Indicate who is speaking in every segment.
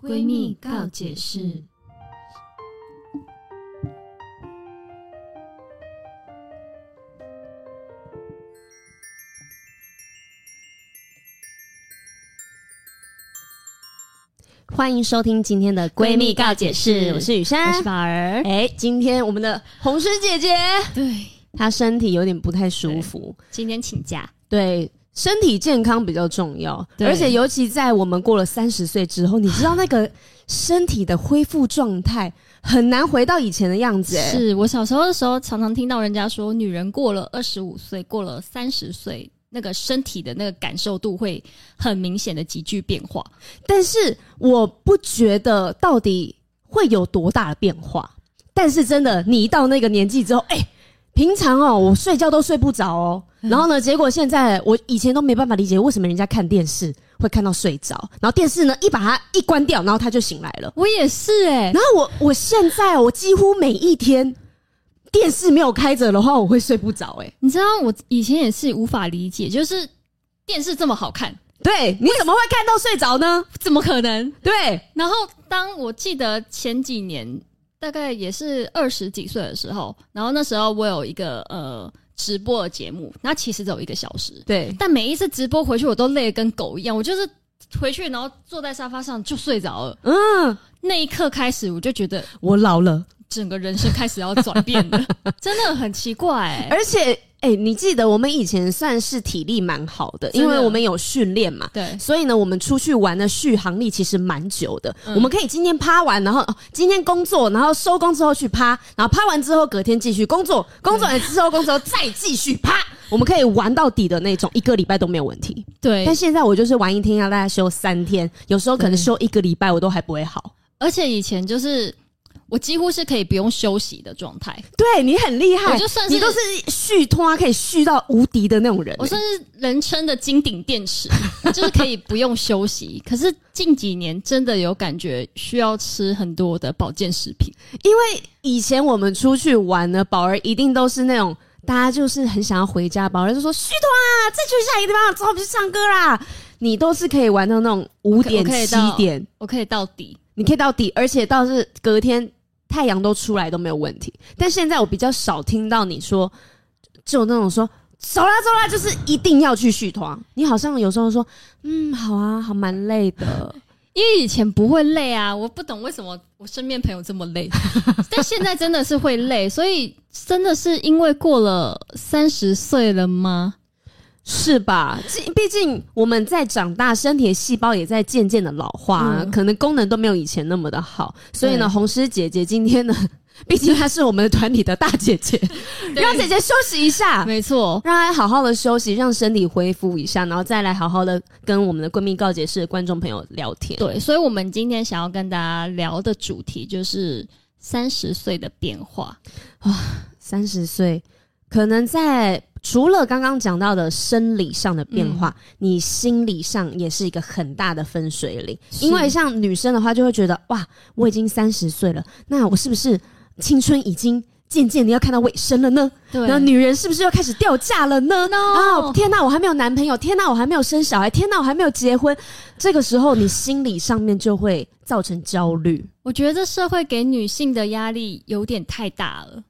Speaker 1: 闺蜜告解释。
Speaker 2: 欢迎收听今天的闺蜜告解释，我是雨
Speaker 1: 嗯我
Speaker 2: 珊，
Speaker 1: 是宝儿，
Speaker 2: 哎、今天我们的红师姐姐
Speaker 1: 对，
Speaker 2: 她身体有点不太舒服，
Speaker 1: 今天请假，
Speaker 2: 对。身体健康比较重要，
Speaker 1: 对
Speaker 2: 而且尤其在我们过了三十岁之后，你知道那个身体的恢复状态很难回到以前的样子、哎，
Speaker 1: 是我小时候的时候，常常听到人家说，女人过了二十五岁，过了三十岁，那个身体的那个感受度会很明显的急剧变化。
Speaker 2: 但是我不觉得到底会有多大的变化。但是真的，你一到那个年纪之后，哎、平常哦，我睡觉都睡不着哦。
Speaker 1: 嗯
Speaker 2: 然后呢，结果现在我以前都没办法理解为什么人家看电视会看到睡着，然后电视呢一把它一关掉，然后他就醒来了。
Speaker 1: 我也是哎、
Speaker 2: 然后我我现在哦我几乎每一天电视没有开着的话，我会睡不着、哎，
Speaker 1: 你知道我以前也是无法理解，就是电视这么好看，
Speaker 2: 对，你怎么会看到睡着呢？
Speaker 1: 怎么可能？
Speaker 2: 对，
Speaker 1: 然后，当我记得前几年，大概也是二十几岁的时候，然后那时候我有一个呃直播的节目，那其实只有一个小时，
Speaker 2: 对，
Speaker 1: 但每一次直播回去我都累得跟狗一样，我就是回去然后坐在沙发上就睡着了。
Speaker 2: 嗯，
Speaker 1: 那一刻开始，我就觉得
Speaker 2: 我老了。
Speaker 1: 整个人生开始要转变 了，真的很奇怪、欸。
Speaker 2: 而且，哎、你记得我们以前算是体力蛮好的，
Speaker 1: 真
Speaker 2: 因
Speaker 1: 的
Speaker 2: 为我们有训练嘛。
Speaker 1: 对，
Speaker 2: 所以呢，我们出去玩的续航力其实蛮久的。我们可以今天趴完，然后、哦今天工作，然后收工之后去趴，然后趴完之后隔天继续工作，工作完之后工作再继续趴。我们可以玩到底的那种，一个礼拜都没有问题。
Speaker 1: 对
Speaker 2: 但，现在我就是玩一天要大概休三天，有时候可能
Speaker 1: 对
Speaker 2: 休一个礼拜我都还不会好。
Speaker 1: 而且以前就是我几乎是可以不用休息的状态，
Speaker 2: 对你很厉害，
Speaker 1: 我就算是
Speaker 2: 你都是续拖可以续到无敌的那种人、
Speaker 1: 我算是人称的金顶电 池，就是可以不用休息。可是近几年真的有感觉需要吃很多的保健食品，
Speaker 2: 因为以前我们出去玩呢，宝儿一定都是那种。大家就是很想要回家，宝儿就说：“续团啊，再去下一个地方，走，我们去唱歌啦！”你都是可以玩到那种五点
Speaker 1: 我可以
Speaker 2: 七
Speaker 1: 到
Speaker 2: 点，
Speaker 1: 我可以到底。
Speaker 2: 你可以到底，而且到是隔天太阳都出来都没有问题。但现在我比较少听到你说，就那种说走啦走啦，就是一定要去续团。你好像有时候说：“嗯，好啊，好，蛮累的。
Speaker 1: 因为以前不会累啊，我不懂为什么我身边朋友这么累， 但现在真的是会累，所以真的是因为过了三十岁了吗？”
Speaker 2: 是吧？毕毕竟我们在长大，身体的细胞也在渐渐的老化、
Speaker 1: 嗯
Speaker 2: 可能功能都没有以前那么的好。所以呢，
Speaker 1: 对
Speaker 2: 红师姐姐今天呢， 毕竟她是我们的团体的大姐 姐，让姐姐休息一下，
Speaker 1: 没错，
Speaker 2: 让她好好的休息，让身体恢复一下，然后再来好好的跟我们的闺蜜告解室的观众朋友聊天。
Speaker 1: 对，所以我们今天想要跟大家聊的主题就是三十岁的变化。
Speaker 2: 三十岁，可能在除了刚刚讲到的生理上的变化，你心理上也是一个很大的分水岭。
Speaker 1: 是
Speaker 2: 因为像女生的话，就会觉得哇，我已经三十岁了，那我是不是青春已经？渐渐的要看到尾声了呢，
Speaker 1: 对
Speaker 2: 那女人是不是又开始掉价了呢？
Speaker 1: No
Speaker 2: 啊，天哪，我还没有男朋友，天哪，我还没有生小孩，天哪，我还没有结婚。这个时候，你心理上面就会造成焦虑。
Speaker 1: 我觉得这社会给女性的压力有点太大了。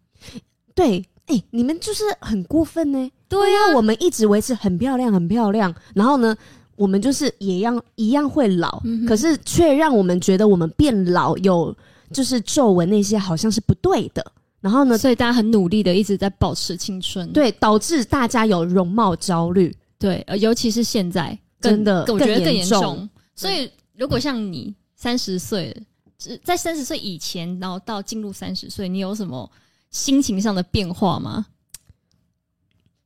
Speaker 2: 对，哎、你们就是很过分欸呢、
Speaker 1: 对
Speaker 2: 要啊我们一直维持很漂亮、很漂亮，然后呢，我们就是也样一样会老，可是却让我们觉得我们变老有就是皱纹那些好像是不对的，然后呢，
Speaker 1: 所以大家很努力的一直在保持青春。
Speaker 2: 对导致大家有容貌焦虑，
Speaker 1: 对，呃尤其是现在，更
Speaker 2: 真的
Speaker 1: 更我觉得
Speaker 2: 呃更
Speaker 1: 更
Speaker 2: 严
Speaker 1: 严
Speaker 2: 重
Speaker 1: 重。所以如果像你三十岁，只在三十岁以前，然后到进入三十岁，你有什么心情上的变化吗？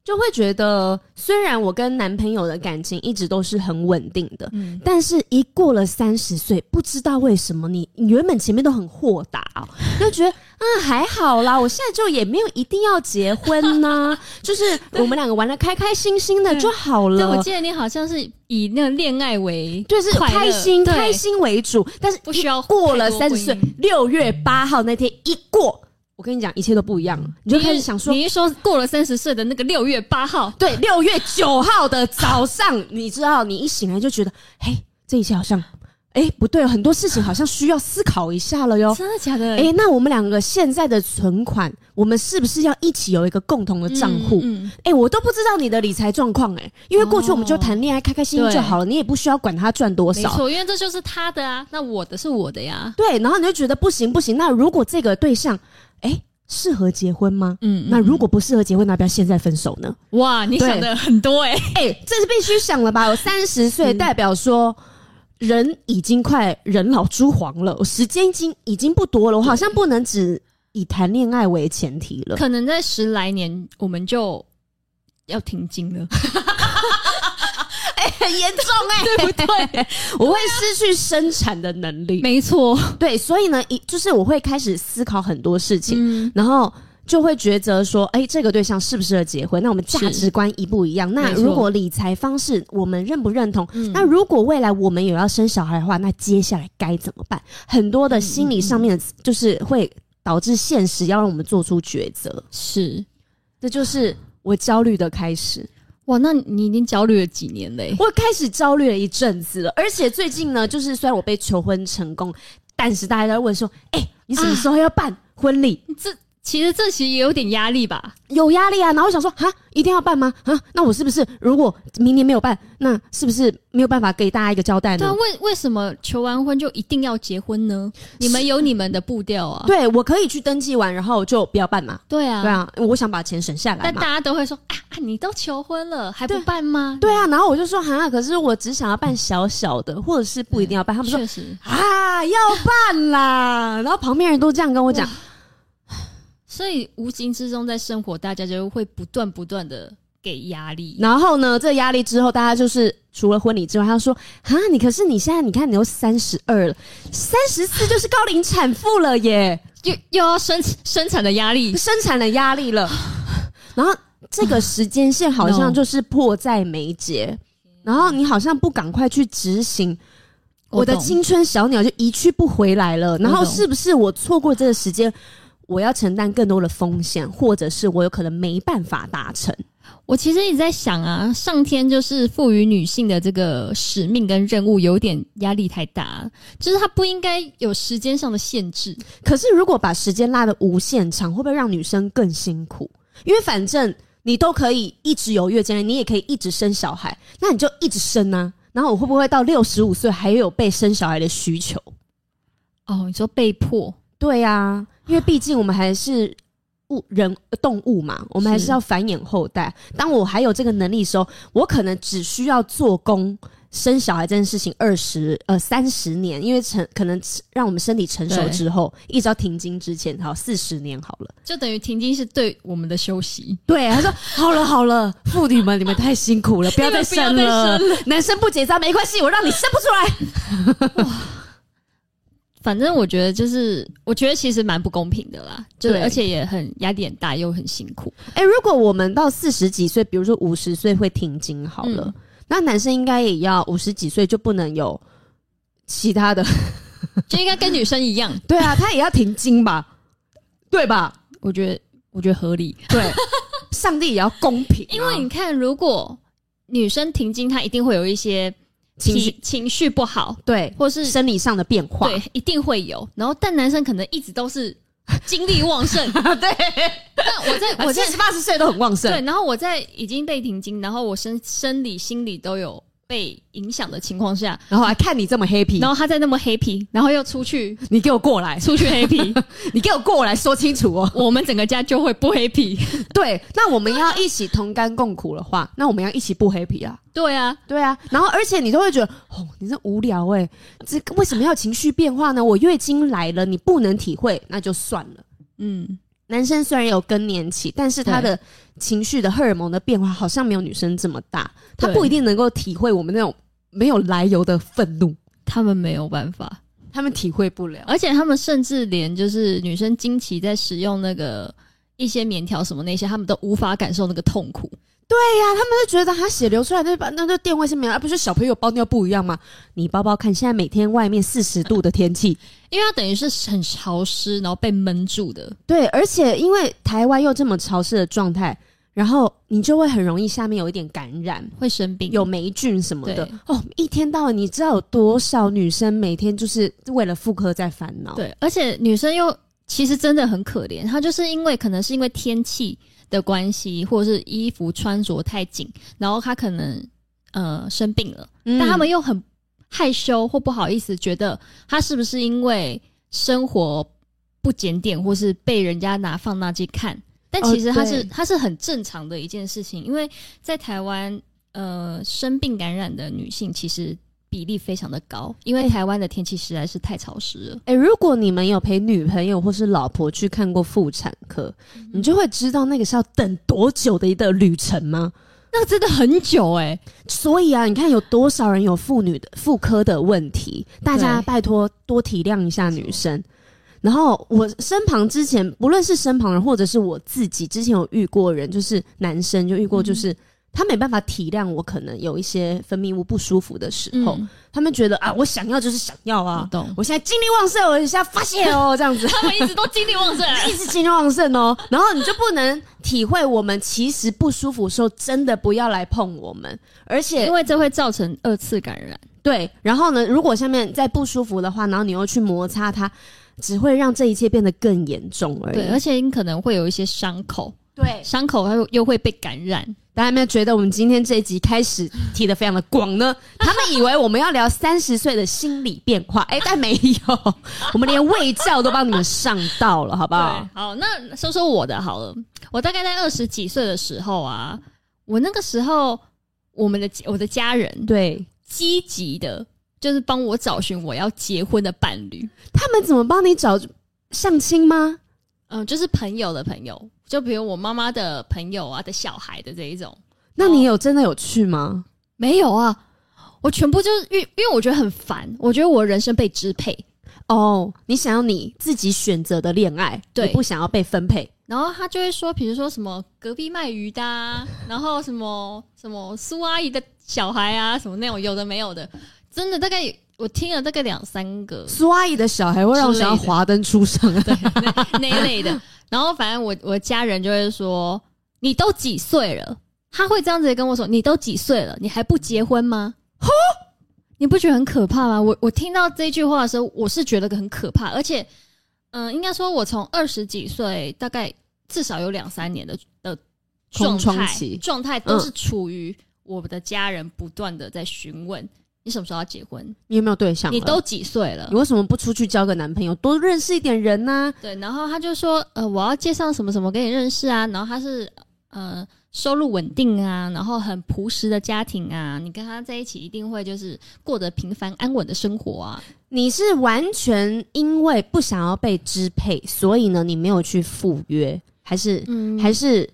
Speaker 2: 就会觉得虽然我跟男朋友的感情一直都是很稳定的，
Speaker 1: 嗯，
Speaker 2: 但是，一过了三十岁，不知道为什么你，你原本前面都很豁达、哦，就觉得啊、还好啦，我现在就也没有一定要结婚呐、 就是我们两个玩的开开心心的
Speaker 1: 对
Speaker 2: 就好
Speaker 1: 对，我
Speaker 2: 了，
Speaker 1: 记得你好像是以那个恋爱为
Speaker 2: 就是
Speaker 1: 快乐
Speaker 2: 开心
Speaker 1: 对
Speaker 2: 开心为主。但是
Speaker 1: 不需要
Speaker 2: 过了
Speaker 1: 太多
Speaker 2: 三
Speaker 1: 婚
Speaker 2: 十岁
Speaker 1: 姻，
Speaker 2: 六月八号那天一过，我跟你讲，一切都不一样了，你就开始想说。
Speaker 1: 你一说过了三十岁的那个六月八号，
Speaker 2: 对，六月九号的早上，你知道，你一醒来就觉得，嘿，这一切好像哎、不对，很多事情好像需要思考一下了哟。
Speaker 1: 真的假的？
Speaker 2: 哎、那我们两个现在的存款，我们是不是要一起有一个共同的
Speaker 1: 嗯，
Speaker 2: 账户？
Speaker 1: 嗯
Speaker 2: 哎、我都不知道你的理财状况哎，因为过去我们就谈恋爱，开开心心就好了，你也不需要管他赚多
Speaker 1: 没
Speaker 2: 少。
Speaker 1: 错，因为这就是他的啊，那我的是我的呀。
Speaker 2: 对，然后你就觉得不行不行。那如果这个对象，哎、适合结婚吗？
Speaker 1: 嗯，
Speaker 2: 那如果不适合结婚，那要不要现在分手呢？
Speaker 1: 哇，你
Speaker 2: 对
Speaker 1: 想的很多哎、
Speaker 2: 哎、这是必须想了吧？我三十岁，代表说人已经快人老珠黄了，我时间已经已经不多了，我好像不能只以谈恋爱为前提了。
Speaker 1: 可能在十来年我们就要停经了，
Speaker 2: 很 严重哎、对不对？我会失去生产的能力。
Speaker 1: 没错，
Speaker 2: 对，所以呢，一就是我会开始思考很多事情，
Speaker 1: 嗯，
Speaker 2: 然后就会抉择说，哎、这个对象适不适合结婚？那我们价值观一不一样？那
Speaker 1: 没错
Speaker 2: 如果理财方式我们认不认同？
Speaker 1: 嗯
Speaker 2: 那如果未来我们有要生小孩的话，那接下来该怎么办？很多的心理上面的，就是会导致现实要让我们做出抉择，
Speaker 1: 是
Speaker 2: 这就是我焦虑的开始。
Speaker 1: 哇，那你已经焦虑了几年嘞、
Speaker 2: 我开始焦虑了一阵子了，而且最近呢，就是虽然我被求婚成功，但是大家都在问说：“哎、你什么时候要办婚礼？”
Speaker 1: 这其实这其实也有点压力吧？
Speaker 2: 有压力啊，然后我想说，哈，一定要办吗？啊，那我是不是如果明年没有办，那是不是没有办法给大家一个交代
Speaker 1: 对啊，
Speaker 2: 呢？
Speaker 1: 为为什么求完婚就一定要结婚呢？你们有你们的步调啊，
Speaker 2: 对，我可以去登记完，然后就不要办嘛。
Speaker 1: 对啊，
Speaker 2: 对啊，我想把钱省下来
Speaker 1: 但大
Speaker 2: 嘛。
Speaker 1: 家都会说啊啊，你都求婚了还不
Speaker 2: 对
Speaker 1: 办吗？
Speaker 2: 对啊，然后我就说，哈，可是我只想要办小小的，或者是不一定要办。他们说
Speaker 1: 确实
Speaker 2: 啊，要办啦。然后旁边人都这样跟我
Speaker 1: 嗯
Speaker 2: 讲，
Speaker 1: 所以无形之中在生活，大家就会不断不断的给压力。
Speaker 2: 然后呢，这压力之后，大家就是除了婚礼之外，他说：“啊，你可是你现在你看你都三十二了，三十四就是高龄产妇了耶，
Speaker 1: 又又要生生产的压力，
Speaker 2: 生产的压力 了。”然后这个时间线好像
Speaker 1: No
Speaker 2: 就是迫在眉睫，然后你好像不赶快去执行，我的
Speaker 1: 懂
Speaker 2: 青春小鸟就一去不回来了。然后
Speaker 1: 我懂
Speaker 2: 是不是我错过这个时间？我要承担更多的风险，或者是我有可能没办法达成。
Speaker 1: 我其实一直在想啊，上天就是赋予女性的这个使命跟任务，有点压力太大，就是它不应该有时间上的限制。
Speaker 2: 可是如果把时间拉的无限长，会不会让女生更辛苦？因为反正你都可以一直有月经来，你也可以一直生小孩，那你就一直生啊。然后我会不会到六十五岁还有被生小孩的需求？
Speaker 1: 哦，你说被迫，
Speaker 2: 对呀、因为毕竟我们还是物人动物嘛，我们还是
Speaker 1: 是
Speaker 2: 要繁衍后代。当我还有这个能力的时候，我可能只需要做工。生小孩这件事情，二十呃三十年，因为成可能让我们身体成熟
Speaker 1: 对
Speaker 2: 之后，一直到停经之前，好四十年好了。
Speaker 1: 就等于停经是对我们的休息。
Speaker 2: 对，他说好了好了，妇女们你们太辛苦了，不要再
Speaker 1: 你们不要
Speaker 2: 生
Speaker 1: 再
Speaker 2: 了，男生不结扎没关系，我让你生不出来。
Speaker 1: 反正我觉得就是，我觉得其实蛮不公平的啦，就是
Speaker 2: 对
Speaker 1: 而且也很压力很大，又很辛苦。
Speaker 2: 哎、如果我们到四十几岁，比如说五十岁会停经好了，
Speaker 1: 嗯
Speaker 2: 那男生应该也要五十几岁就不能有其他的，
Speaker 1: 就应该跟女生一样，
Speaker 2: 对啊，他也要停经吧，对吧？
Speaker 1: 我觉得我觉得合理，
Speaker 2: 对，上帝也要公平啊、
Speaker 1: 因为你看，如果女生停经，她一定会有一些
Speaker 2: 情绪
Speaker 1: 脾情绪不好，
Speaker 2: 对
Speaker 1: 或是
Speaker 2: 生理上的变化，
Speaker 1: 对，一定会有。然后，但男生可能一直都 是精力旺 盛。
Speaker 2: 对，
Speaker 1: 但我在我
Speaker 2: 哎我
Speaker 1: 在
Speaker 2: 七十八十岁都很旺盛
Speaker 1: 对，，然后我在已经被停经，然后我生生理、心理都有被影响的情况下，
Speaker 2: 然后还看你这么黑皮
Speaker 1: 然，后他在那么 happy，然后又出 去
Speaker 2: 你给我过来，
Speaker 1: 出去 happy，
Speaker 2: 你给我过来说清楚哦。
Speaker 1: 我们整个家就会不 happy。
Speaker 2: 对，那我们要一起同甘共苦的话，那我们要一起不黑皮啊。
Speaker 1: 对啊，
Speaker 2: 对啊，然后而且你都会觉得，哦，你这无聊哎、这个为什么要情绪变化呢？我月经来了，你不能体会，那就算了。
Speaker 1: 嗯，
Speaker 2: 男生虽然有更年期，但是他的情绪的荷尔蒙的变化好像没有女生这么大，他
Speaker 1: 对
Speaker 2: 不一定能够体会我们那种没有来由的愤怒，
Speaker 1: 他们没有办法。
Speaker 2: 他们体会不了。
Speaker 1: 而且他们甚至连就是女生经期在使用那个一些棉条什么那些，他们都无法感受那个痛苦。
Speaker 2: 对哎呀、他们就觉得他血流出来那把那就电位是没有，而、啊不是小朋友包尿布一样吗？你包包看，现在每天外面四十度的天气，
Speaker 1: 因为它等于是很潮湿，然后被闷住的，
Speaker 2: 对，而且因为台湾又这么潮湿的状态，然后你就会很容易下面有一点感染，
Speaker 1: 会生病，
Speaker 2: 有霉菌什么的
Speaker 1: 对。
Speaker 2: 哦，一天到晚你知道有多少女生每天就是为了妇科在烦恼？
Speaker 1: 对，而且女生又其实真的很可怜，她就是因为可能是因为天气的关系，或者是衣服穿着太紧，然后她可能呃生病了，
Speaker 2: 嗯，
Speaker 1: 但她们又很害羞或不好意思，觉得她是不是因为生活不检点，或是被人家拿放大镜看。但其实
Speaker 2: 哦
Speaker 1: 它是、
Speaker 2: 对
Speaker 1: 它是很正常的一件事情，因为在台湾，呃，生病感染的女性其实比例非常的高，因为台湾的天气实在是太潮湿了。
Speaker 2: 哎、如果你们有陪女朋友或是老婆去看过妇产科，
Speaker 1: 嗯
Speaker 2: 你就会知道那个是要等多久的一个旅程吗？
Speaker 1: 那真的很久哎、
Speaker 2: 所以啊，你看有多少人有妇女的妇科的问题，大家
Speaker 1: 对
Speaker 2: 拜托多体谅一下女生。然后我身旁之前，不论是身旁人或者是我自己，之前有遇过人，就是男生就遇
Speaker 1: 嗯
Speaker 2: 过，就是、他没办法体谅我可能有一些分泌物不舒服的时候，
Speaker 1: 嗯
Speaker 2: 他们觉得啊，我想要就是想要
Speaker 1: 我
Speaker 2: 啊，
Speaker 1: 懂。
Speaker 2: 我现在精力旺盛，我现在发泄哦，这样子。
Speaker 1: 他们一直都精力旺盛，啊
Speaker 2: 一直精力旺盛哦，然后你就不能体会我们其实不舒服的时候，真的不要来碰我们，而且
Speaker 1: 因为这会造成二次感染。
Speaker 2: 对，然后呢，如果下面再不舒服的话，然后你又去摩擦它，只会让这一切变得更严重而已。
Speaker 1: 对，而且你可能会有一些伤口，
Speaker 2: 对，
Speaker 1: 伤口它又又会被感染。
Speaker 2: 大家有没有觉得我们今天这一集开始提的非常的广呢？他们以为我们要聊三十岁的心理变化，哎，但没有，我们连卫教都帮你们上到了，好不 好？
Speaker 1: 对，好，那说说我的好了。我大概在二十几岁的时候啊，我那个时候我们的我的家人
Speaker 2: 对，
Speaker 1: 积极的，就是帮我找寻我要结婚的伴侣。
Speaker 2: 他们怎么帮你找相亲吗？
Speaker 1: 嗯，就是朋友的朋友，就比如我妈妈的朋友啊的小孩的这一种。
Speaker 2: 那你有真的有去吗？
Speaker 1: 没有啊，我全部就是因为因为我觉得很烦，我觉得我人生被支配，
Speaker 2: 哦，你想要你自己选择的恋爱，
Speaker 1: 对
Speaker 2: 你不想要被分配。
Speaker 1: 然后他就会说，比如说什么隔壁卖鱼的、啊，然后什么什么苏阿姨的小孩啊，什么那种有的没有的，真的大概我听了大概两三个
Speaker 2: 苏阿姨的小孩会让我想要华灯初上。啊
Speaker 1: 对那那一类的，然后反正我我家人就会说，你都几岁了？他会这样子跟我说，你都几岁了，你还不结婚吗？你不觉得很可怕吗？我我听到这句话的时候，我是觉得很可怕，而且，嗯、应该说，我从二十几岁，大概至少有两三年的的状
Speaker 2: 空窗
Speaker 1: 态
Speaker 2: 期嗯
Speaker 1: 状态都是处于我的家人不断的在询问、你什么时候要结婚，
Speaker 2: 你有没有对象了？
Speaker 1: 你都几岁了
Speaker 2: 你，为什么不出去交个男朋友，多认识一点人呢、
Speaker 1: 对，然后他就说，呃，我要介绍什么什么给你认识啊，然后他是呃收入稳定啊，然后很朴实的家庭啊，你跟他在一起一定会就是过得平凡安稳的生活啊。
Speaker 2: 你是完全因为不想要被支配，所以呢，你没有去赴约，还是、
Speaker 1: 嗯，
Speaker 2: 还是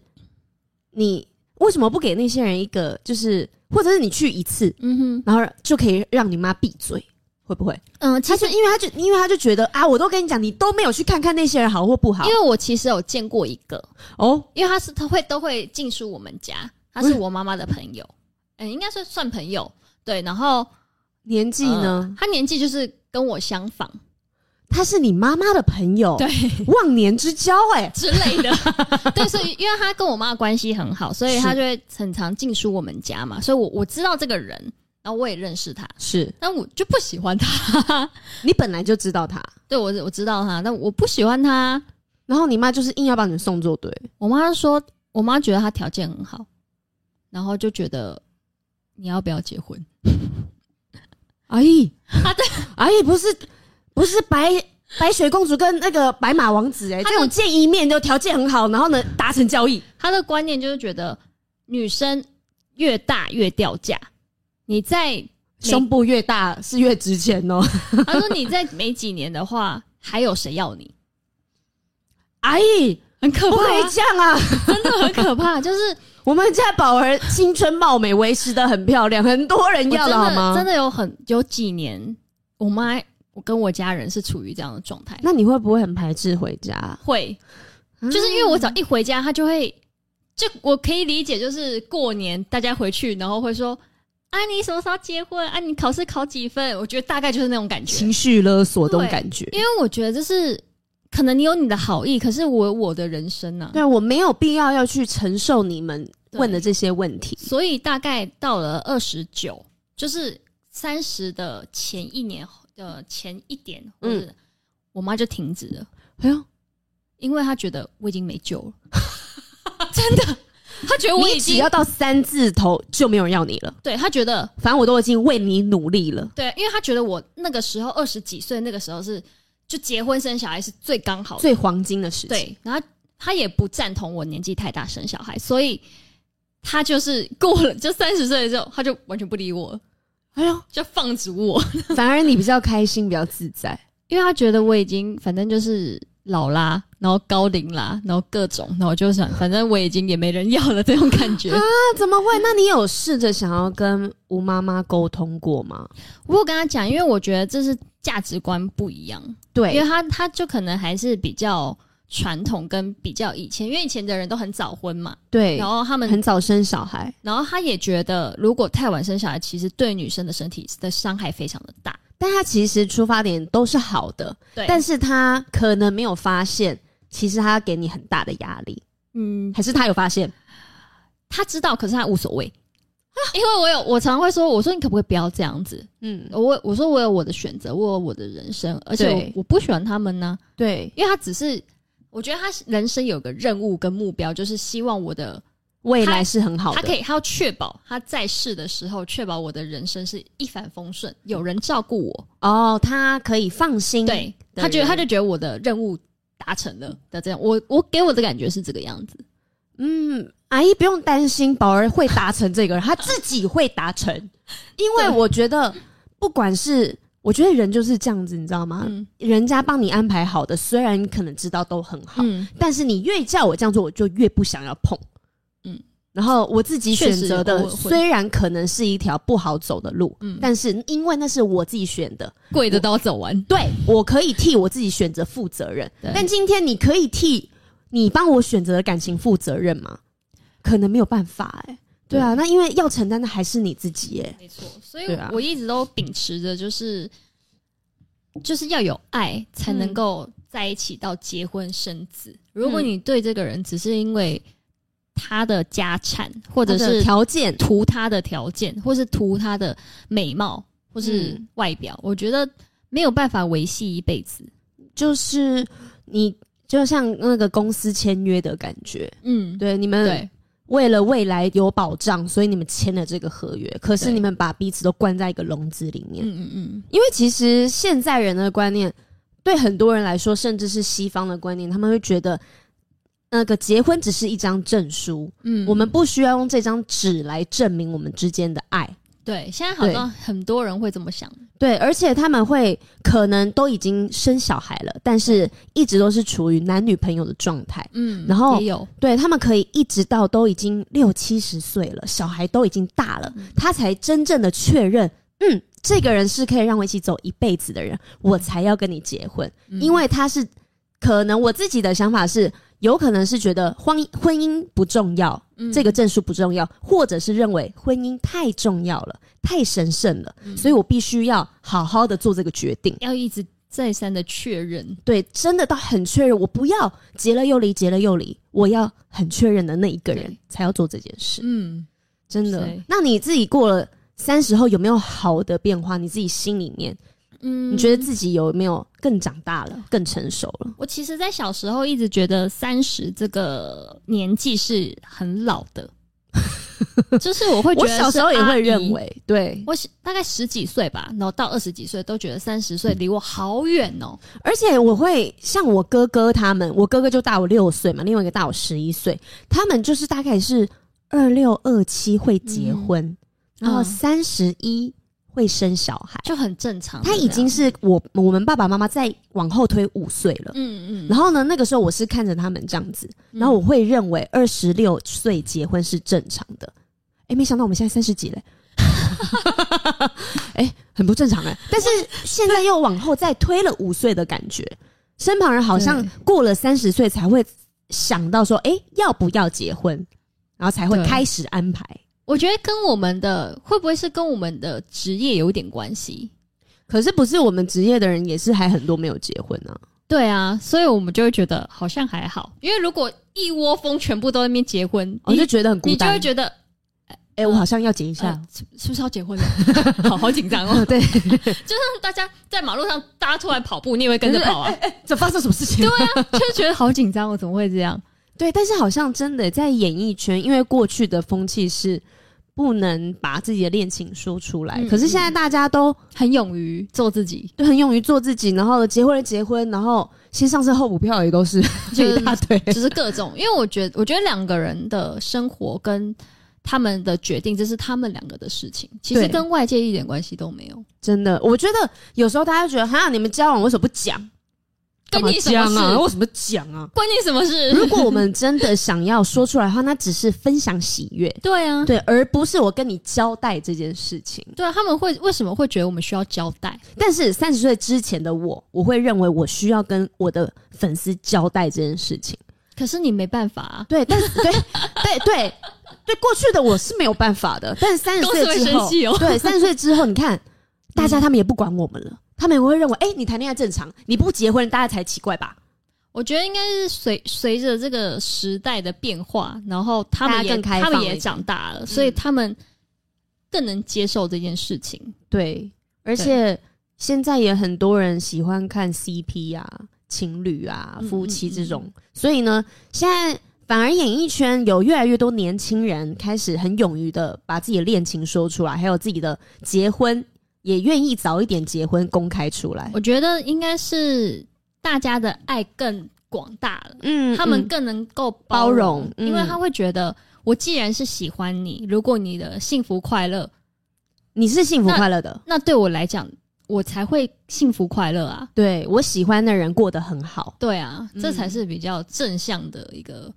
Speaker 2: 你为什么不给那些人一个，就是或者是你去一次，
Speaker 1: 嗯哼，
Speaker 2: 然后就可以让你妈闭嘴，会不会？
Speaker 1: 嗯，其
Speaker 2: 他
Speaker 1: 实
Speaker 2: 就因为他就因为他就觉得啊，我都跟你讲，你都没有去看看那些人好或不好
Speaker 1: 因为我其实有见过一个，
Speaker 2: 哦。
Speaker 1: 因为他是他会都会进出我们家，他是我妈妈的朋友，嗯，应该算算朋友，对，然后
Speaker 2: 年纪呢
Speaker 1: 呃？他年纪就是跟我相仿，
Speaker 2: 他是你妈妈的朋友，
Speaker 1: 对，
Speaker 2: 忘年之交哎、
Speaker 1: 之类的。 对，所以因为他跟我妈的关系很好，所以他就会很常进出我们家嘛，所以我我知道这个人，然后我也认识他，
Speaker 2: 是
Speaker 1: 但我就不喜欢 他。
Speaker 2: 你本来就知道他，
Speaker 1: 对我我知道他，但我不喜欢他。
Speaker 2: 然后你妈就是硬要把你们送作对，
Speaker 1: 我妈说，我妈觉得他条件很好，然后就觉得你要不要结婚？
Speaker 2: 阿姨
Speaker 1: 啊对，
Speaker 2: 阿姨不是不是白白雪公主跟那个白马王子哎、
Speaker 1: 他
Speaker 2: 这种见一面就条件很好，然后呢达成交易，
Speaker 1: 他的观念就是觉得女生越大越掉价。你在没
Speaker 2: 胸部越大是越值钱哦。
Speaker 1: 他说你在没几年的话，还有谁要你？
Speaker 2: 阿姨
Speaker 1: 很可
Speaker 2: 不可以
Speaker 1: 怕，
Speaker 2: 这样啊！
Speaker 1: 真的很可怕，就是
Speaker 2: 我们家宝儿青春貌美，维持的很漂亮，很多人
Speaker 1: 我
Speaker 2: 要
Speaker 1: 真
Speaker 2: 了好
Speaker 1: 的
Speaker 2: 吗？
Speaker 1: 真的有很有几年，我妈我跟我家人是处于这样的状态，
Speaker 2: 那你会不会很排斥回家？
Speaker 1: 会
Speaker 2: 就
Speaker 1: 就是因为我只要一回家，她就会就我可以理解，就是过年大家回去，然后会说啊你什么时候结婚啊你考试考几分？我觉得大概就是那种感觉，
Speaker 2: 情绪勒索这种感觉，
Speaker 1: 因为我觉得这是可能你有你的好意，可是我有我的人生啊呐、
Speaker 2: 对，我没有必要要去承受你们
Speaker 1: 对
Speaker 2: 问的这些问题。
Speaker 1: 所以大概到了二十九，就是三十的前一年的前一点，
Speaker 2: 嗯
Speaker 1: 嗯，我妈就停止了，
Speaker 2: 哎呦，
Speaker 1: 因为她觉得我已经没救了， 真的，她觉得我已
Speaker 2: 你只
Speaker 1: 经
Speaker 2: 要到三字头就没有人要你了，
Speaker 1: 对她觉得
Speaker 2: 反正我都已经为你努力了。
Speaker 1: 对，因为她觉得我那个时候二十几岁，那个时候是就结婚生小孩是最刚好的
Speaker 2: 最黄金的时期，
Speaker 1: 哦对，然后他也不赞同我年纪太大生小孩，所以他就是过了 就三十岁之后，他就完全不理我了，
Speaker 2: 哎呦，
Speaker 1: 就放逐我，
Speaker 2: 反而你比较开心，比较自在。
Speaker 1: 因为他觉得我已经反正就是老啦，然后高龄啦，然后各种，然后就想反正我已经也没人要了这种感 觉。
Speaker 2: 那怎么会？那你有试着想要跟吴妈妈沟通过吗？
Speaker 1: 我有跟他讲，因为我觉得这是价值观不一样，因
Speaker 2: 对
Speaker 1: 为，他他就可能还是比较传统跟比较以前，因为以前的人都很早婚嘛，
Speaker 2: 对
Speaker 1: 然，后他们
Speaker 2: 很早生小孩，
Speaker 1: 然后他也觉得，如果太晚生小孩，其实对女生的身体的伤害非常的大。
Speaker 2: 但他其实出发点都是好的，
Speaker 1: 对
Speaker 2: 但
Speaker 1: 是
Speaker 2: 是他可能没有发现，其实他给你很大的压力，
Speaker 1: 嗯，
Speaker 2: 还是他有发现？
Speaker 1: 他知道，可是他无所谓，因为我有我常会说，我说你可不可以不要这样子？
Speaker 2: 啊嗯，
Speaker 1: 我我说我有我的选择，我有我的人生，而且
Speaker 2: 对
Speaker 1: 我我不喜欢他们呢、
Speaker 2: 对，
Speaker 1: 因为他只是我觉得他人生有个任务跟目标，就是希望我的
Speaker 2: 未来是很好
Speaker 1: 他可
Speaker 2: 的，
Speaker 1: 以他要确保他在世的时候，确保我的人生是一帆风顺，有人照顾我。
Speaker 2: 哦，他可以放心，
Speaker 1: 嗯对他觉得他就觉得我的任务达成了的这样，我我给我的感觉是这个样子。
Speaker 2: 嗯，阿姨不用担心，宝儿会达成这个，她自己会达成。因为
Speaker 1: 对
Speaker 2: 我觉得，不管是我觉得人就是这样子，你知道吗？
Speaker 1: 嗯
Speaker 2: 人家帮你安排好的，虽然你可能知道都很好，
Speaker 1: 嗯，
Speaker 2: 但是你越叫我这样做，我就越不想要碰。嗯
Speaker 1: 嗯，
Speaker 2: 然后我自己选择
Speaker 1: 确实
Speaker 2: 的，
Speaker 1: 我会
Speaker 2: 虽然可能是一条不好走的路，
Speaker 1: 嗯
Speaker 2: 但是因为那是我自己选的，
Speaker 1: 跪着都要走完。
Speaker 2: 对我可以替我自己选择负责任，
Speaker 1: 对
Speaker 2: 但今天你可以替你帮我选择的感情负责任吗？可能没有办法哎、对啊，那因为要承担的还是你自己哎、
Speaker 1: 没错，所以
Speaker 2: 对啊
Speaker 1: 我一直都秉持着就是就是要有爱才能够在一起到结婚生子。如果你对这个人只是因为他的家产，或
Speaker 2: 或
Speaker 1: 者是
Speaker 2: 条件，
Speaker 1: 图他的条件，或是图他的美貌，或是
Speaker 2: 嗯
Speaker 1: 外表，我觉得没有办法维系一辈子。
Speaker 2: 就是你就像那个公司签约的感觉，
Speaker 1: 嗯，
Speaker 2: 对，你们
Speaker 1: 对
Speaker 2: 为了未来有保障，所以你们签了这个合约，可是
Speaker 1: 对
Speaker 2: 你们把彼此都关在一个笼子里面，
Speaker 1: 嗯嗯嗯，
Speaker 2: 因为其实现在人的观念，对很多人来说，甚至是西方的观念，他们会觉得那个结婚只是一张证书，
Speaker 1: 嗯，
Speaker 2: 我们不需要用这张纸来证明我们之间的爱。
Speaker 1: 对现在好像很多人会这么想，
Speaker 2: 对，而且他们会可能都已经生小孩了，但是一直都是处于男女朋友的状态。
Speaker 1: 嗯，
Speaker 2: 然后
Speaker 1: 也有
Speaker 2: 对他们可以一直到都已经六七十岁了，小孩都已经大了，他才真正的确认，嗯，这个人是可以让我一起走一辈子的人，我才要跟你结婚，
Speaker 1: 嗯
Speaker 2: 因为他是可能我自己的想法是，有可能是觉得婚姻婚姻不重要，
Speaker 1: 嗯
Speaker 2: 这个证书不重要，或者是认为婚姻太重要了，太神圣了，
Speaker 1: 嗯
Speaker 2: 所以我必须要好好的做这个决定。
Speaker 1: 要一直再三的确认，
Speaker 2: 对，真的到很确认，我不要结了又离，结了又离，我要很确认的那一个人
Speaker 1: 对
Speaker 2: 才要做这件事，
Speaker 1: 嗯，
Speaker 2: 真的
Speaker 1: 是。
Speaker 2: 那你自己过了三十后有没有好的变化？你自己心里面，
Speaker 1: 嗯
Speaker 2: 你觉得自己有没有更长大了，更成熟了？
Speaker 1: 我其实，在小时候一直觉得三十这个年纪是很老 的，就是我会觉
Speaker 2: 我
Speaker 1: 得
Speaker 2: 小时候也会认
Speaker 1: 为。
Speaker 2: 为，对，
Speaker 1: 我是大概十几岁吧，然后到二十几岁都觉得三十岁离我好远哦。
Speaker 2: 而且我会像我哥哥他们，我哥哥就大我六岁嘛，另外一个大我十一岁，他们就是大概是二六二七会结
Speaker 1: 嗯
Speaker 2: 婚，然后
Speaker 1: 嗯
Speaker 2: 三十一会生小孩。
Speaker 1: 就很正常的这
Speaker 2: 他
Speaker 1: 样。
Speaker 2: 已经是我我们爸爸妈妈再往后推五岁了。
Speaker 1: 嗯嗯，
Speaker 2: 然后呢，那个时候我是看着他们这样子，然后我会认为二十六岁结婚是正常的。哎，没想到我们现在三十几嘞， 哎，很不正常哎。但是现在又往后再推了五岁的感觉，身旁人好像
Speaker 1: 对
Speaker 2: 过了三十岁才会想到说，哎，要不要结婚，然后才会
Speaker 1: 对
Speaker 2: 开始安排。
Speaker 1: 我觉得跟我们的会不会是跟我们的职业有点关系？
Speaker 2: 可是不是我们职业的人也是还很多没有结婚呢、
Speaker 1: 对啊，所以我们就会觉得好像还好，因为如果一窝蜂全部都在那边结婚，
Speaker 2: 我
Speaker 1: 你
Speaker 2: 哦就觉得很孤
Speaker 1: 你就
Speaker 2: 单
Speaker 1: 会。觉得
Speaker 2: 哎、我好像要结一下
Speaker 1: 呃，是是不是要结婚了？ 好好紧张 哦。
Speaker 2: 对，
Speaker 1: 就像大家在马路上，大家突然跑步，你也会跟着 跑啊，
Speaker 2: 这发生什么事情？对
Speaker 1: 就是觉得好紧张，我怎么会这样？
Speaker 2: 对，但是好像真的在演艺圈，因为过去的风气是不能把自己的恋情说出来，
Speaker 1: 嗯
Speaker 2: 可是现在大家都
Speaker 1: 很勇于做自己，
Speaker 2: 很勇于做自己，然后结婚了结婚，然后先上车后补票也都是
Speaker 1: 就
Speaker 2: 一
Speaker 1: 是
Speaker 2: 大堆。
Speaker 1: 就是各种，因为我觉得，我觉得两个人的生活跟他们的决定，这是他们两个的事情，其实
Speaker 2: 对
Speaker 1: 跟外界一点关系都没有。
Speaker 2: 真的，我觉得有时候大家觉得，哈，你们交往为什么不讲？干
Speaker 1: 跟
Speaker 2: 嘛
Speaker 1: 你什么
Speaker 2: 讲啊？
Speaker 1: 事
Speaker 2: 为什么讲啊？
Speaker 1: 关你什么事？
Speaker 2: 如果我们真的想要说出来的话，那只是分享喜悦，
Speaker 1: 对啊，
Speaker 2: 对，而不是我跟你交代这件事情。
Speaker 1: 对啊，他们会为什么会觉得我们需要交代？
Speaker 2: 但是三十岁之前的我，我会认为我需要跟我的粉丝交代这件事情。
Speaker 1: 可是你没办法 啊，
Speaker 2: 对，但是对对对对，过去的我是没有办法的。但是三十
Speaker 1: 公司会
Speaker 2: 岁之
Speaker 1: 生
Speaker 2: 后，
Speaker 1: 气哦。
Speaker 2: 对三十岁之后，你看大家他们也不管我们了，他们也会认为，哎、你谈恋爱正常，你不结婚大家才奇怪吧？
Speaker 1: 我觉得应该是随随着这个时代的变化，然后他
Speaker 2: 大家
Speaker 1: 们也
Speaker 2: 更开
Speaker 1: 他
Speaker 2: 放
Speaker 1: 们
Speaker 2: 一
Speaker 1: 也
Speaker 2: 点
Speaker 1: 长大了，所以他们更能接受这件事情。
Speaker 2: 对，而且现在也很多人喜欢看 CP 啊、情侣啊、
Speaker 1: 嗯
Speaker 2: 夫妻这种，所以呢，现在反而演艺圈有越来越多年轻人开始很勇于的把自己的恋情说出来，还有自己的结婚也愿意早一点结婚公开出来。
Speaker 1: 我觉得应该是大家的爱更广大了。
Speaker 2: 嗯
Speaker 1: 他们
Speaker 2: 嗯
Speaker 1: 更能够
Speaker 2: 包
Speaker 1: 包
Speaker 2: 容
Speaker 1: 容，
Speaker 2: 嗯
Speaker 1: 因为他会觉得，我既然是喜欢你，如果你的幸福快乐，
Speaker 2: 你是幸福
Speaker 1: 那
Speaker 2: 快乐的，
Speaker 1: 那对我来讲，我才会幸福快乐啊。
Speaker 2: 对我喜欢的人过得很好。
Speaker 1: 对啊，
Speaker 2: 嗯
Speaker 1: 这才是比较正向的一个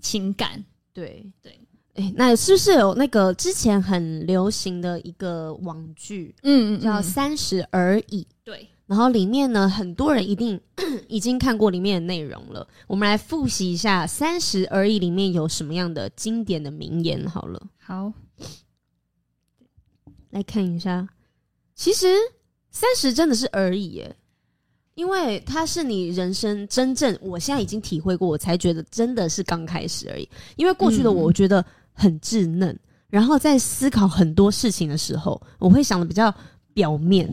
Speaker 1: 情感。
Speaker 2: 对
Speaker 1: 对。
Speaker 2: 哎、那是不是有那个之前很流行的一个网剧
Speaker 1: 嗯
Speaker 2: 叫《三十而已》？
Speaker 1: 对，
Speaker 2: 然后里面呢，很多人一定 已经看过里面的内容了。我们来复习一下《三十而已》里面有什么样的经典的名言好了，
Speaker 1: 好，
Speaker 2: 来看一下。其实三十真的是而已耶，因为它是你人生真正，我现在已经体会过，我才觉得真的是刚开始而已。因为过去的我，
Speaker 1: 嗯
Speaker 2: 我觉得很稚嫩，然后在思考很多事情的时候，我会想的比较表面，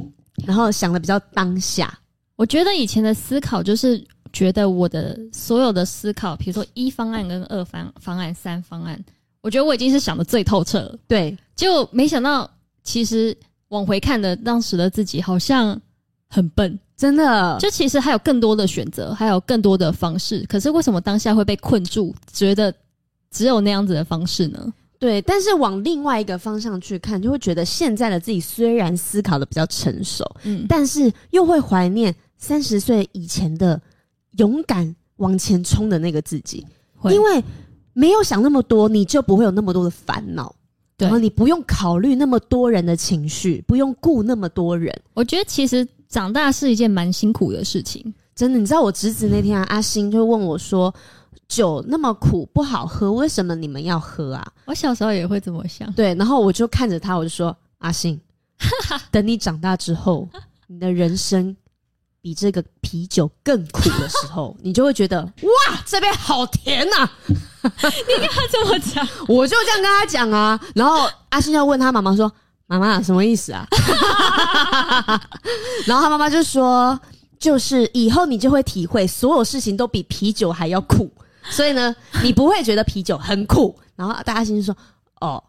Speaker 2: 然后想的比较当下。
Speaker 1: 我觉得以前的思考就是觉得我的所有的思考，比如说一方案跟二方方案、三方案，我觉得我已经是想的最透彻了。
Speaker 2: 对，
Speaker 1: 结果没想到，其实往回看的当时的自己好像很笨，
Speaker 2: 真的
Speaker 1: 就其实还有更多的选择，还有更多的方式。可是为什么当下会被困住，觉得只有那样子的方式呢？
Speaker 2: 对，但是往另外一个方向去看，就会觉得现在的自己虽然思考的比较成熟，
Speaker 1: 嗯，
Speaker 2: 但是又会怀念三十岁以前的勇敢往前冲的那个自己，
Speaker 1: 会
Speaker 2: 因为没有想那么多，你就不会有那么多的烦恼。
Speaker 1: 对
Speaker 2: 然后你不用考虑那么多人的情绪，不用顾那么多人。
Speaker 1: 我觉得其实长大是一件蛮辛苦的事情。
Speaker 2: 真的，你知道我侄子那天啊，阿星就问我说：“酒那么苦不好喝，为什么你们要喝啊？”
Speaker 1: 我小时候也会这么想，
Speaker 2: 对，然后我就看着他，我就说：“阿信，等你长大之后，你的人生比这个啤酒更苦的时候，你就会觉得哇，这边好甜呐、
Speaker 1: 他 这么讲，
Speaker 2: 我就这样跟他讲啊。然后阿信就问他妈妈说：“妈妈什么意思啊？” 然后他妈妈就说：“就是以后你就会体会，所有事情都比啤酒还要苦，所以呢，你不会觉得啤酒很苦。”然后大家心就说：“哦，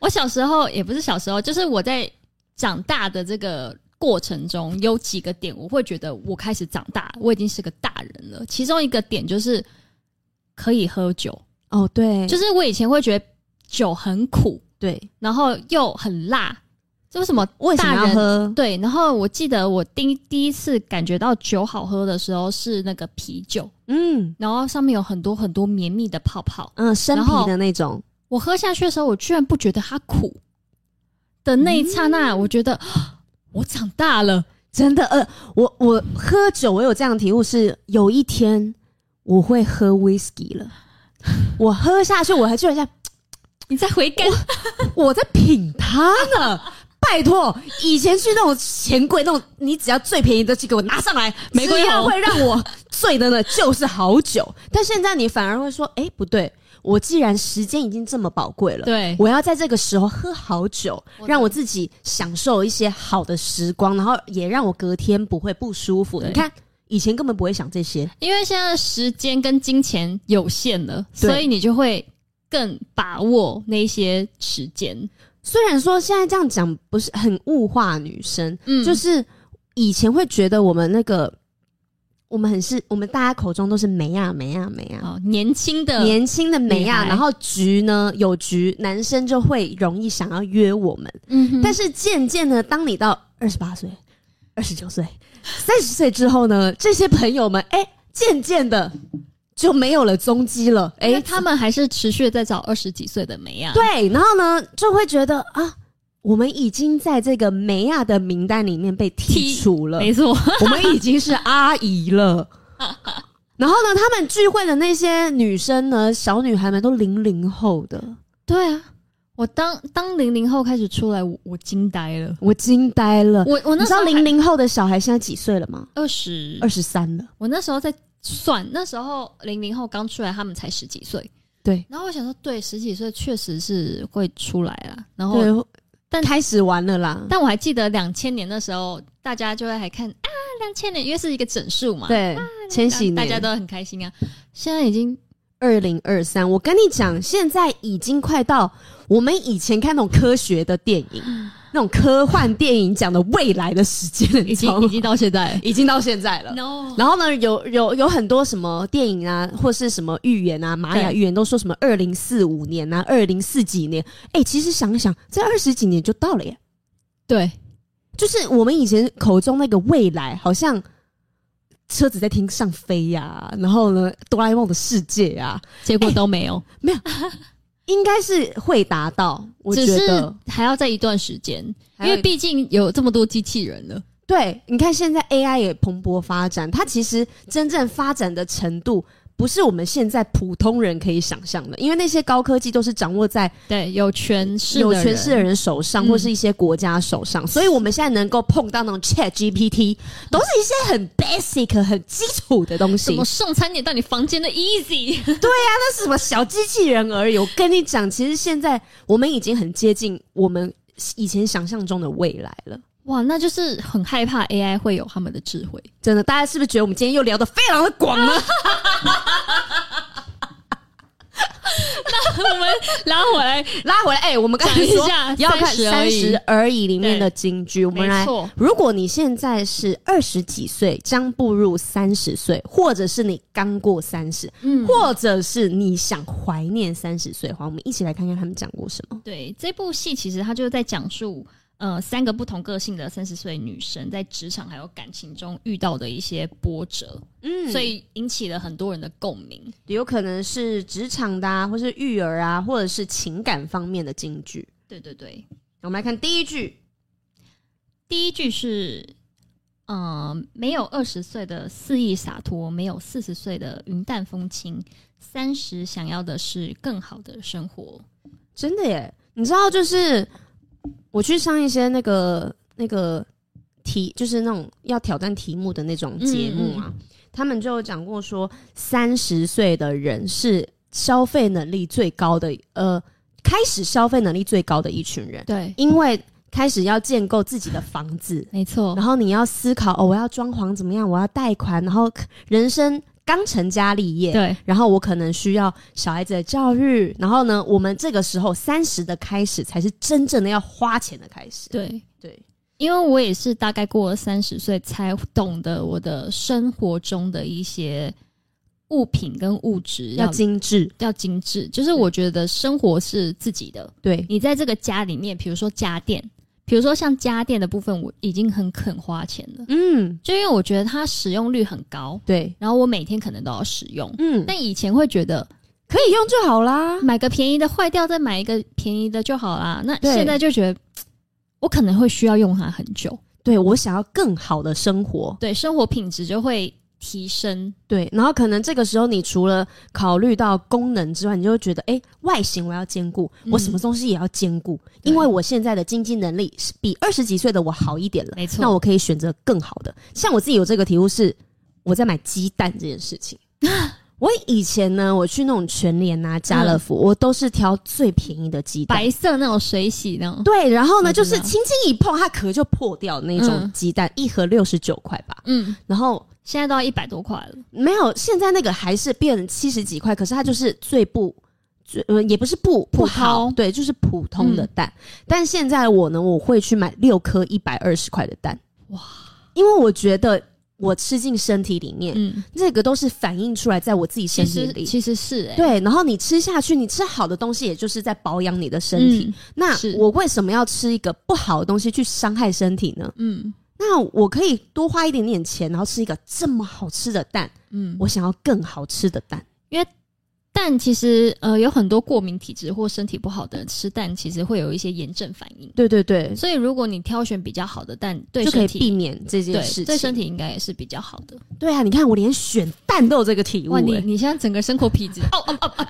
Speaker 1: 我小时候也不是小时候，就是我在长大的这个过程中，有几个点我会觉得我开始长大，我已经是个大人了。其中一个点就是可以喝酒，
Speaker 2: 哦，对，
Speaker 1: 就是我以前会觉得酒很苦，
Speaker 2: 对。”
Speaker 1: 然后又很辣，这为什么
Speaker 2: 为什么
Speaker 1: 大
Speaker 2: 要
Speaker 1: 人
Speaker 2: 喝？
Speaker 1: 对，然后我记得我第一第一次感觉到酒好喝的时候是那个啤酒，
Speaker 2: 嗯
Speaker 1: 然后上面有很多很多绵密的泡泡，
Speaker 2: 嗯，生
Speaker 1: 然
Speaker 2: 啤
Speaker 1: 后
Speaker 2: 的那种，
Speaker 1: 我喝下去的时候，我居然不觉得它苦的那一刹
Speaker 2: 嗯
Speaker 1: 那，我觉得啊我长大了。
Speaker 2: 真的呃，我我喝酒，我有这样的体悟是，有一天我会喝 whisky 了。我喝下去，我还居然在
Speaker 1: 你再回甘，
Speaker 2: 我在品它呢， 拜托，以前去那种钱柜那种，你只要最便宜的去给我拿上来，
Speaker 1: 玫瑰
Speaker 2: 只要
Speaker 1: 红
Speaker 2: 会让我醉 的呢，就是好酒。但现在你反而会说，哎、不对，我既然时间已经这么宝贵了，
Speaker 1: 对
Speaker 2: 我要在这个时候喝好酒
Speaker 1: 我，懂
Speaker 2: 让我自己享受一些好的时光，然后也让我隔天不会不舒服。
Speaker 1: 对
Speaker 2: 你看，以前根本不会想这些，
Speaker 1: 因为现在的时间跟金钱有限了，
Speaker 2: 对
Speaker 1: 所以你就会更把握那些时间。
Speaker 2: 虽然说现在这样讲不是很物化女生，
Speaker 1: 嗯
Speaker 2: 就是以前会觉得我们那个，我们很是我们大家口中都是美啊美啊美啊，
Speaker 1: 哦，年轻的
Speaker 2: 年轻的美
Speaker 1: 女
Speaker 2: 啊，
Speaker 1: 孩
Speaker 2: 然后局呢有局，男生就会容易想要约我们。
Speaker 1: 嗯哼，
Speaker 2: 但是渐渐的，当你到二十八岁、二十九岁、三十岁之后呢，这些朋友们哎，渐渐的就没有了踪迹了。
Speaker 1: 因为
Speaker 2: 哎，
Speaker 1: 他们还是持续地在找二十几岁的梅亚。，
Speaker 2: 对，然后呢，就会觉得啊，我们已经在这个梅亚的名单里面被剔除了，
Speaker 1: 没错，
Speaker 2: 我们已经是阿姨 了。然后呢，他们聚会的那些女生呢，小女孩们都零零后的，
Speaker 1: 对啊。 我当当零零后开始出来，我我惊呆了。
Speaker 2: 我惊呆了。
Speaker 1: 我我
Speaker 2: 呃你
Speaker 1: 那
Speaker 2: 知
Speaker 1: 时
Speaker 2: 道
Speaker 1: 候
Speaker 2: 零零后的小孩现在几岁了吗？
Speaker 1: 二十
Speaker 2: 二，十三了。
Speaker 1: 我那时候在算，那时候零零后刚出来，他们才十几岁。
Speaker 2: 对
Speaker 1: 然后我想说，对，十几岁确实是会出来啦。然后
Speaker 2: 对，
Speaker 1: 哦但
Speaker 2: 开始玩了啦。
Speaker 1: 但我还记得两千年的时候，大家就会还看啊，两千年因为是一个整数嘛，，
Speaker 2: 对，千禧年，
Speaker 1: 大家都很开心啊。现在已经
Speaker 2: 二零二三，我跟你讲，现在已经快到我们以前看那种科学的电 影，那种科幻电影讲的未来的时间了，
Speaker 1: 已
Speaker 2: 你知道
Speaker 1: 经
Speaker 2: 吗
Speaker 1: 已经到现在
Speaker 2: 已经到现在了。
Speaker 1: ，no，
Speaker 2: 然后呢，有有有很多什么电影啊，或是什么预言啊，玛雅
Speaker 1: 对
Speaker 2: 预言都说什么二零四五年啊，二零四几年，哎、其实想想，这二十几年就到了耶。
Speaker 1: 对，
Speaker 2: 就是我们以前口中那个未来，好像车子在天上飞呀、然后呢，哆啦 A 梦的世界呀、
Speaker 1: 结果都没有，
Speaker 2: 应该是会达到，我觉
Speaker 1: 只是
Speaker 2: 得，
Speaker 1: 还要在一段时间，因
Speaker 2: 还有
Speaker 1: 为毕竟有这么多机器人了，
Speaker 2: 对，你看现在 AI 也蓬勃发展，它其实真正发展的程度。不是我们现在普通人可以想象的，因为那些高科技都是掌握在
Speaker 1: 对，有权势
Speaker 2: 有
Speaker 1: 的人
Speaker 2: 权势的人手上，
Speaker 1: 嗯
Speaker 2: 或是一些国家手上，所以我们现在能够碰到那种 Chat GPT，都是一些很 basic、很基础的东
Speaker 1: 什
Speaker 2: 西
Speaker 1: 么。送餐点到你房间的 easy，
Speaker 2: 那是什么小机器人而已。我跟你讲，其实现在我们已经很接近我们以前想象中的未来了。
Speaker 1: 哇，那就是很害怕 AI 会有他们的智慧。
Speaker 2: 真的，大家是不是觉得我们今天又聊得非常的广 呢？
Speaker 1: 我们 拉回来，
Speaker 2: 拉回来，哎、我们刚才
Speaker 1: 讲一
Speaker 2: 说
Speaker 1: 下
Speaker 2: 要看《
Speaker 1: 30
Speaker 2: 三
Speaker 1: 而已
Speaker 2: 十而已》里面的金 句，我们
Speaker 1: 没
Speaker 2: 来。
Speaker 1: 错，
Speaker 2: 如果你现在是二十几岁，将步入三十岁，或者是你刚过三十，
Speaker 1: 嗯，
Speaker 2: 或者是你想怀念三十岁的话，我们一起来看看他们讲过什么。
Speaker 1: 对，这部戏其实它就是在讲述呃三个不同个性的三十岁女生在职场还有感情中遇到的一些波折，
Speaker 2: 嗯
Speaker 1: 所以引起了很多人的共鸣。
Speaker 2: 有可能是职场的啊，或是育儿啊，或者是情感方面的金句。
Speaker 1: 对对对，
Speaker 2: 我们来看第一句，
Speaker 1: 第一句是。嗯，没有二十岁的肆意洒脱，没有四十岁的云淡风轻，三十想要的是更好的生活。
Speaker 2: 真的耶！你知道，就是我去上一些那个那个题，就是那种要挑战题目的那种节目啊，他们就有讲过说，三十岁的人是消费能力最高的，呃，开始消费能力最高的一群人，
Speaker 1: 对，
Speaker 2: 因为开始要建构自己的房子，
Speaker 1: 没错
Speaker 2: 然，后你要思考哦，我要装潢怎么样，我要贷款，然后 人生刚成家立业，
Speaker 1: 对，
Speaker 2: 然后我可能需要小孩子的教育，然后呢，我们这个时候三十的开始才是真正的要花钱的开始。
Speaker 1: 对，
Speaker 2: 对，
Speaker 1: 因为我也是大概过了三十岁才懂得我的生活中的一些物品跟物质
Speaker 2: 要
Speaker 1: 要
Speaker 2: 精致。
Speaker 1: 要精致，就是我觉得生活是自己的。
Speaker 2: 对，
Speaker 1: 你在这个家里面，比如说家电，比如说像家电的部分，我已经很肯花钱了，
Speaker 2: 嗯，
Speaker 1: 就因为我觉得它使用率很高，
Speaker 2: 对，
Speaker 1: 然后我每天可能都要使用。
Speaker 2: 嗯，
Speaker 1: 但以前会觉得
Speaker 2: 可以用就好啦。
Speaker 1: 买个便宜的坏掉，再买一个便宜的就好啦。那
Speaker 2: 对
Speaker 1: 现在就觉得我可能会需要用它很久。
Speaker 2: 对我想要更好的生活，
Speaker 1: 对，生活品质就会提升。
Speaker 2: 对，然后可能这个时候你除了考虑到功能之外，你就会觉得，哎、外形我要兼顾，我什么东西也要兼顾，
Speaker 1: 嗯对
Speaker 2: 因为我现在的经济能力是比二十几岁的我好一点了，
Speaker 1: 没错
Speaker 2: 那我可以选择更好的。像我自己有这个体悟是，我在买鸡蛋这件事 情。我以前呢，我去那种全联啊、家乐福，我都是挑最便宜的鸡蛋，
Speaker 1: 嗯白色那种水洗那种，
Speaker 2: 对，然后呢，
Speaker 1: 我
Speaker 2: 就
Speaker 1: 知
Speaker 2: 是
Speaker 1: 道
Speaker 2: 轻轻一碰，它壳就破掉的那种
Speaker 1: 嗯
Speaker 2: 鸡蛋，一盒六十九块吧。
Speaker 1: 嗯，
Speaker 2: 然后
Speaker 1: 现在都要一百多块了。
Speaker 2: 没有，现在那个还是变七十几块，可是它就是最不最呃也不是不不
Speaker 1: 普
Speaker 2: 好，
Speaker 1: 通
Speaker 2: 对，就是普通
Speaker 1: 嗯
Speaker 2: 的蛋。但现在我呢，我会去买六颗一百二十块的蛋，哇
Speaker 1: 哇，
Speaker 2: 因为我觉得我吃进身体里面，
Speaker 1: 嗯，
Speaker 2: 这个都是反映出来在我自己身
Speaker 1: 其
Speaker 2: 体
Speaker 1: 实
Speaker 2: 里。
Speaker 1: 其实是哎、
Speaker 2: 对，然后你吃下去，你吃好的东西，也就是在保养你的身体。那
Speaker 1: 嗯是
Speaker 2: 我为什么要吃一个不好的东西去伤害身体呢？
Speaker 1: 嗯，
Speaker 2: 那我可以多花一点点钱，然后吃一个这么好吃的蛋，
Speaker 1: 嗯嗯，
Speaker 2: 我想要更好吃的蛋。
Speaker 1: 但其实呃有很多过敏体质或身体不好的人吃蛋，其实会有一些炎症反应。
Speaker 2: 对对对，
Speaker 1: 所以如果你挑选比较好的蛋，对
Speaker 2: 就可
Speaker 1: 身
Speaker 2: 以
Speaker 1: 体
Speaker 2: 避免这件
Speaker 1: 对
Speaker 2: 事情。
Speaker 1: 对身体应该也是比较好的。
Speaker 2: 对啊，你看我连选蛋都有这个体悟、
Speaker 1: 哇，你
Speaker 2: 欸。
Speaker 1: 你现在整个生活品质哎 哦哦哦哦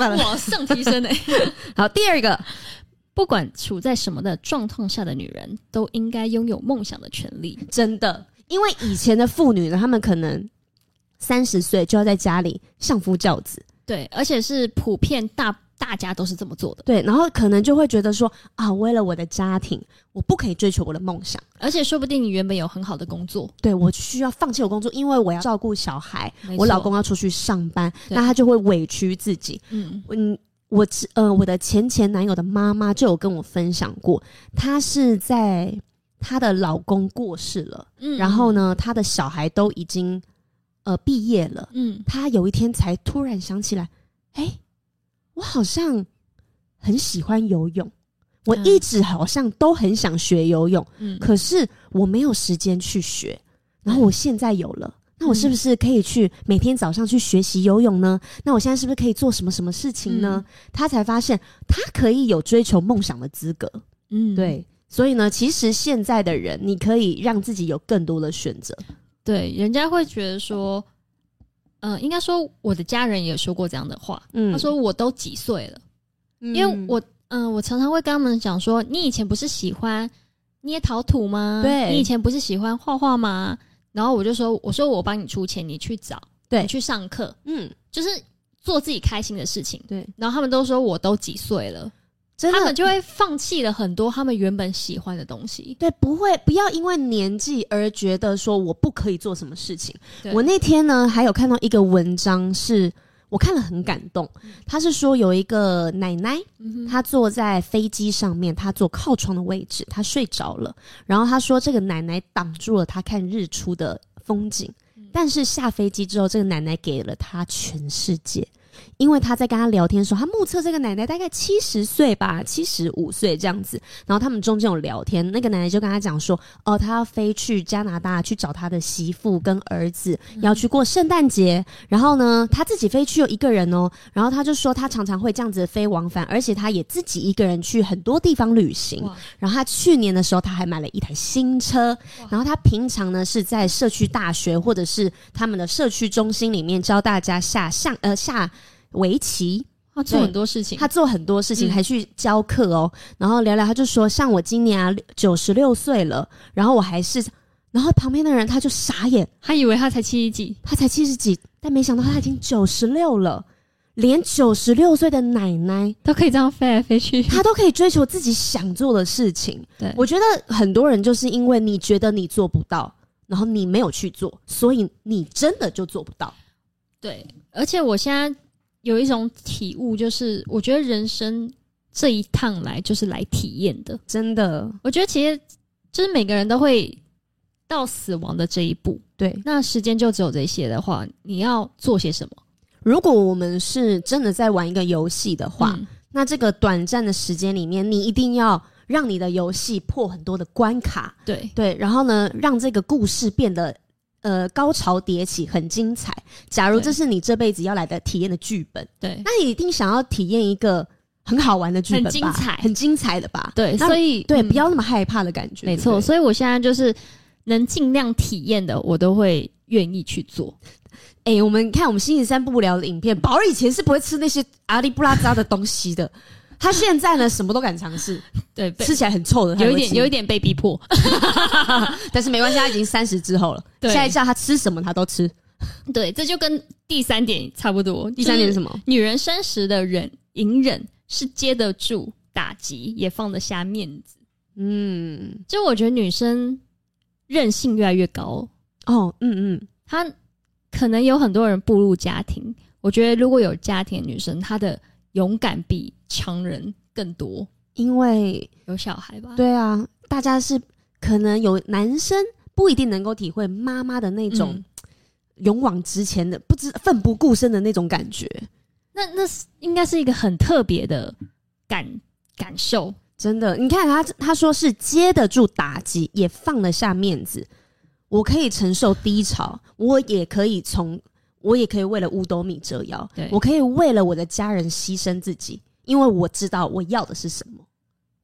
Speaker 2: 完
Speaker 1: 哦，
Speaker 2: 了
Speaker 1: 往上提升哎、
Speaker 2: 好，第二个，
Speaker 1: 不管处在什么的状况下的女人，都应该拥有梦想的权利。
Speaker 2: 真的，因为以前的妇女呢，她们可能三十岁就要在家里相夫教子，
Speaker 1: 对，而且是普遍大大家都是这么做的，
Speaker 2: 对，然后可能就会觉得说啊，为了我的家庭，我不可以追求我的梦想。
Speaker 1: 而且说不定你原本有很好的工作，
Speaker 2: 对我需要放弃我工作，因为我要照顾小孩，
Speaker 1: 没错
Speaker 2: 我老公要出去上班，
Speaker 1: 对
Speaker 2: 那他就会委屈自己。
Speaker 1: 嗯
Speaker 2: 嗯，我之呃，我的前前男友的妈妈就有跟我分享过，她是在她的老公过世了，
Speaker 1: 嗯
Speaker 2: 然后？呢，她的小孩都已经呃毕业了，
Speaker 1: 嗯，
Speaker 2: 她有一天才突然想起来，哎、我好像很喜欢游泳，我
Speaker 1: 嗯
Speaker 2: 一直好像都很想学游泳。
Speaker 1: 嗯，
Speaker 2: 可是我没有时间去学，然后我现在有了。那我
Speaker 1: 嗯
Speaker 2: 是不是可以去每天早上去学习游泳呢？那我现在是不是可以做什么什么事情呢？
Speaker 1: 嗯
Speaker 2: 他才发现他可以有追求梦想的资格。
Speaker 1: 嗯，
Speaker 2: 对，所以呢，其实现在的人，你可以让自己有更多的选择。
Speaker 1: 对，人家会觉得说，呃，应该说我的家人也说过这样的话，
Speaker 2: 嗯
Speaker 1: 他说我都几岁了，
Speaker 2: 因
Speaker 1: 因为我，嗯、我常常会跟他们讲说，你以前不是喜欢捏陶土吗？
Speaker 2: 对
Speaker 1: 你以前不是喜欢画画吗？然后我就说，我说我帮你出钱，你去找，
Speaker 2: 对
Speaker 1: 你去上课，
Speaker 2: 嗯，
Speaker 1: 就是做自己开心的事情。
Speaker 2: 对，
Speaker 1: 然后他们都说我都几岁了，
Speaker 2: 真
Speaker 1: 他们
Speaker 2: 的
Speaker 1: 就会放弃了很多他们原本喜欢的东西。
Speaker 2: 对，不会不要因为年纪而觉得说我不可以做什么事情。
Speaker 1: 对
Speaker 2: 我那天呢，还有看到一个文章是，我看了很感动。他是说有一个奶奶，
Speaker 1: 嗯嗯哼，
Speaker 2: 她坐在飞机上面，她坐靠窗的位置，她睡着了。然后她说，这个奶奶挡住了她看日出的风景，但是下飞机之后，这个奶奶给了她全世界。因为她在跟她聊天的时候，她目测这个奶奶大概七十岁吧，七十五岁这样子。然后他们中间有聊天，那个奶奶就跟她讲说，哦，她要飞去加拿大去找她的媳妇跟儿子，要去过圣诞节。然后呢，她自己飞去又一个人哦，然后他就说，他常常会这样子飞往返，而且他也自己一个人去很多地方旅行。
Speaker 1: 哇，
Speaker 2: 然后他去年的时候，他还买了一台新车。然后他平常呢是在社区大学或者是他们的社区中心里面教大家下象呃下围棋，
Speaker 1: 他做
Speaker 2: 对
Speaker 1: 很多事情，
Speaker 2: 他做很多事情，
Speaker 1: 嗯
Speaker 2: 还去教课哦。然后聊聊，他就说，像我今年啊九十六岁了，然后我还是，然后旁边的人他就傻眼，
Speaker 1: 他以为他才七十几，
Speaker 2: 他才七十几，但没想到他已经九十六了，连九十六岁的奶奶，
Speaker 1: 都可以这样飞来飞 去。
Speaker 2: 她都可以追求自己想做的事情。
Speaker 1: 对，
Speaker 2: 我觉得很多人就是因为你觉得你做不到，然后你没有去做，所以你真的就做不到。
Speaker 1: 对，而且我现在有一种体悟，就是我觉得人生这一趟来就是来体验的。
Speaker 2: 真的，
Speaker 1: 我觉得其实就是每个人都会到死亡的这一步，
Speaker 2: 对。
Speaker 1: 那时间就只有这些的话，你要做些什么？
Speaker 2: 如果我们是真的在玩一个游戏的话，
Speaker 1: 嗯
Speaker 2: 那这个短暂的时间里面，你一定要让你的游戏破很多的关卡，
Speaker 1: 对，
Speaker 2: 对，然后呢，让这个故事变得呃高潮迭起，很精彩。假如
Speaker 1: 对
Speaker 2: 这是你这辈子要来的体验的剧本，
Speaker 1: 对，
Speaker 2: 那你一定想要体验一个很好玩的剧本吧，
Speaker 1: 很精彩
Speaker 2: 很精彩的吧？
Speaker 1: 对，
Speaker 2: 那
Speaker 1: 所以
Speaker 2: 对，
Speaker 1: 嗯
Speaker 2: 不要那么害怕的感觉。
Speaker 1: 没
Speaker 2: 对
Speaker 1: 错。
Speaker 2: 不对
Speaker 1: 所以我现在就是能尽量体验的，我都会愿意去做。
Speaker 2: 哎、我们看我们星期三不无聊的影片，宝儿以前是不会吃那些阿里布拉扎的东西 的，他现在呢什么都敢尝 试，
Speaker 1: 对，被
Speaker 2: 吃起来很臭的，
Speaker 1: 有一点有一
Speaker 2: 点，
Speaker 1: 点被逼迫，
Speaker 2: 但是没关系，他已经三十之 后了，
Speaker 1: 对
Speaker 2: 现在叫他吃什么他都吃。
Speaker 1: 对，这就跟第三点差不多。
Speaker 2: 第三点是什
Speaker 1: 么？
Speaker 2: 么？
Speaker 1: 女人三十的忍隐忍是接得住打击，也放得下面子。
Speaker 2: 嗯，
Speaker 1: 就我觉得女生韧性越来越高，
Speaker 2: 哦，嗯嗯，
Speaker 1: 她可能有很多人步入家庭。我觉得如果有家庭的女生，她的勇敢比常人更多。
Speaker 2: 因为
Speaker 1: 有小孩吧？
Speaker 2: 对啊，大家是可能有男生不一定能够体会妈妈的那
Speaker 1: 嗯，
Speaker 2: 种勇往直前的、不知奋不顾身的那种感觉，
Speaker 1: 那那是应该是一个很特别的感感受。
Speaker 2: 真的。你看他他说是接得住打击，也放得下面子，我可以承受低潮，我也可以从我也可以为了五斗米折腰
Speaker 1: 对，
Speaker 2: 我可以为了我的家人牺牲自己，因为我知道我要的是什么。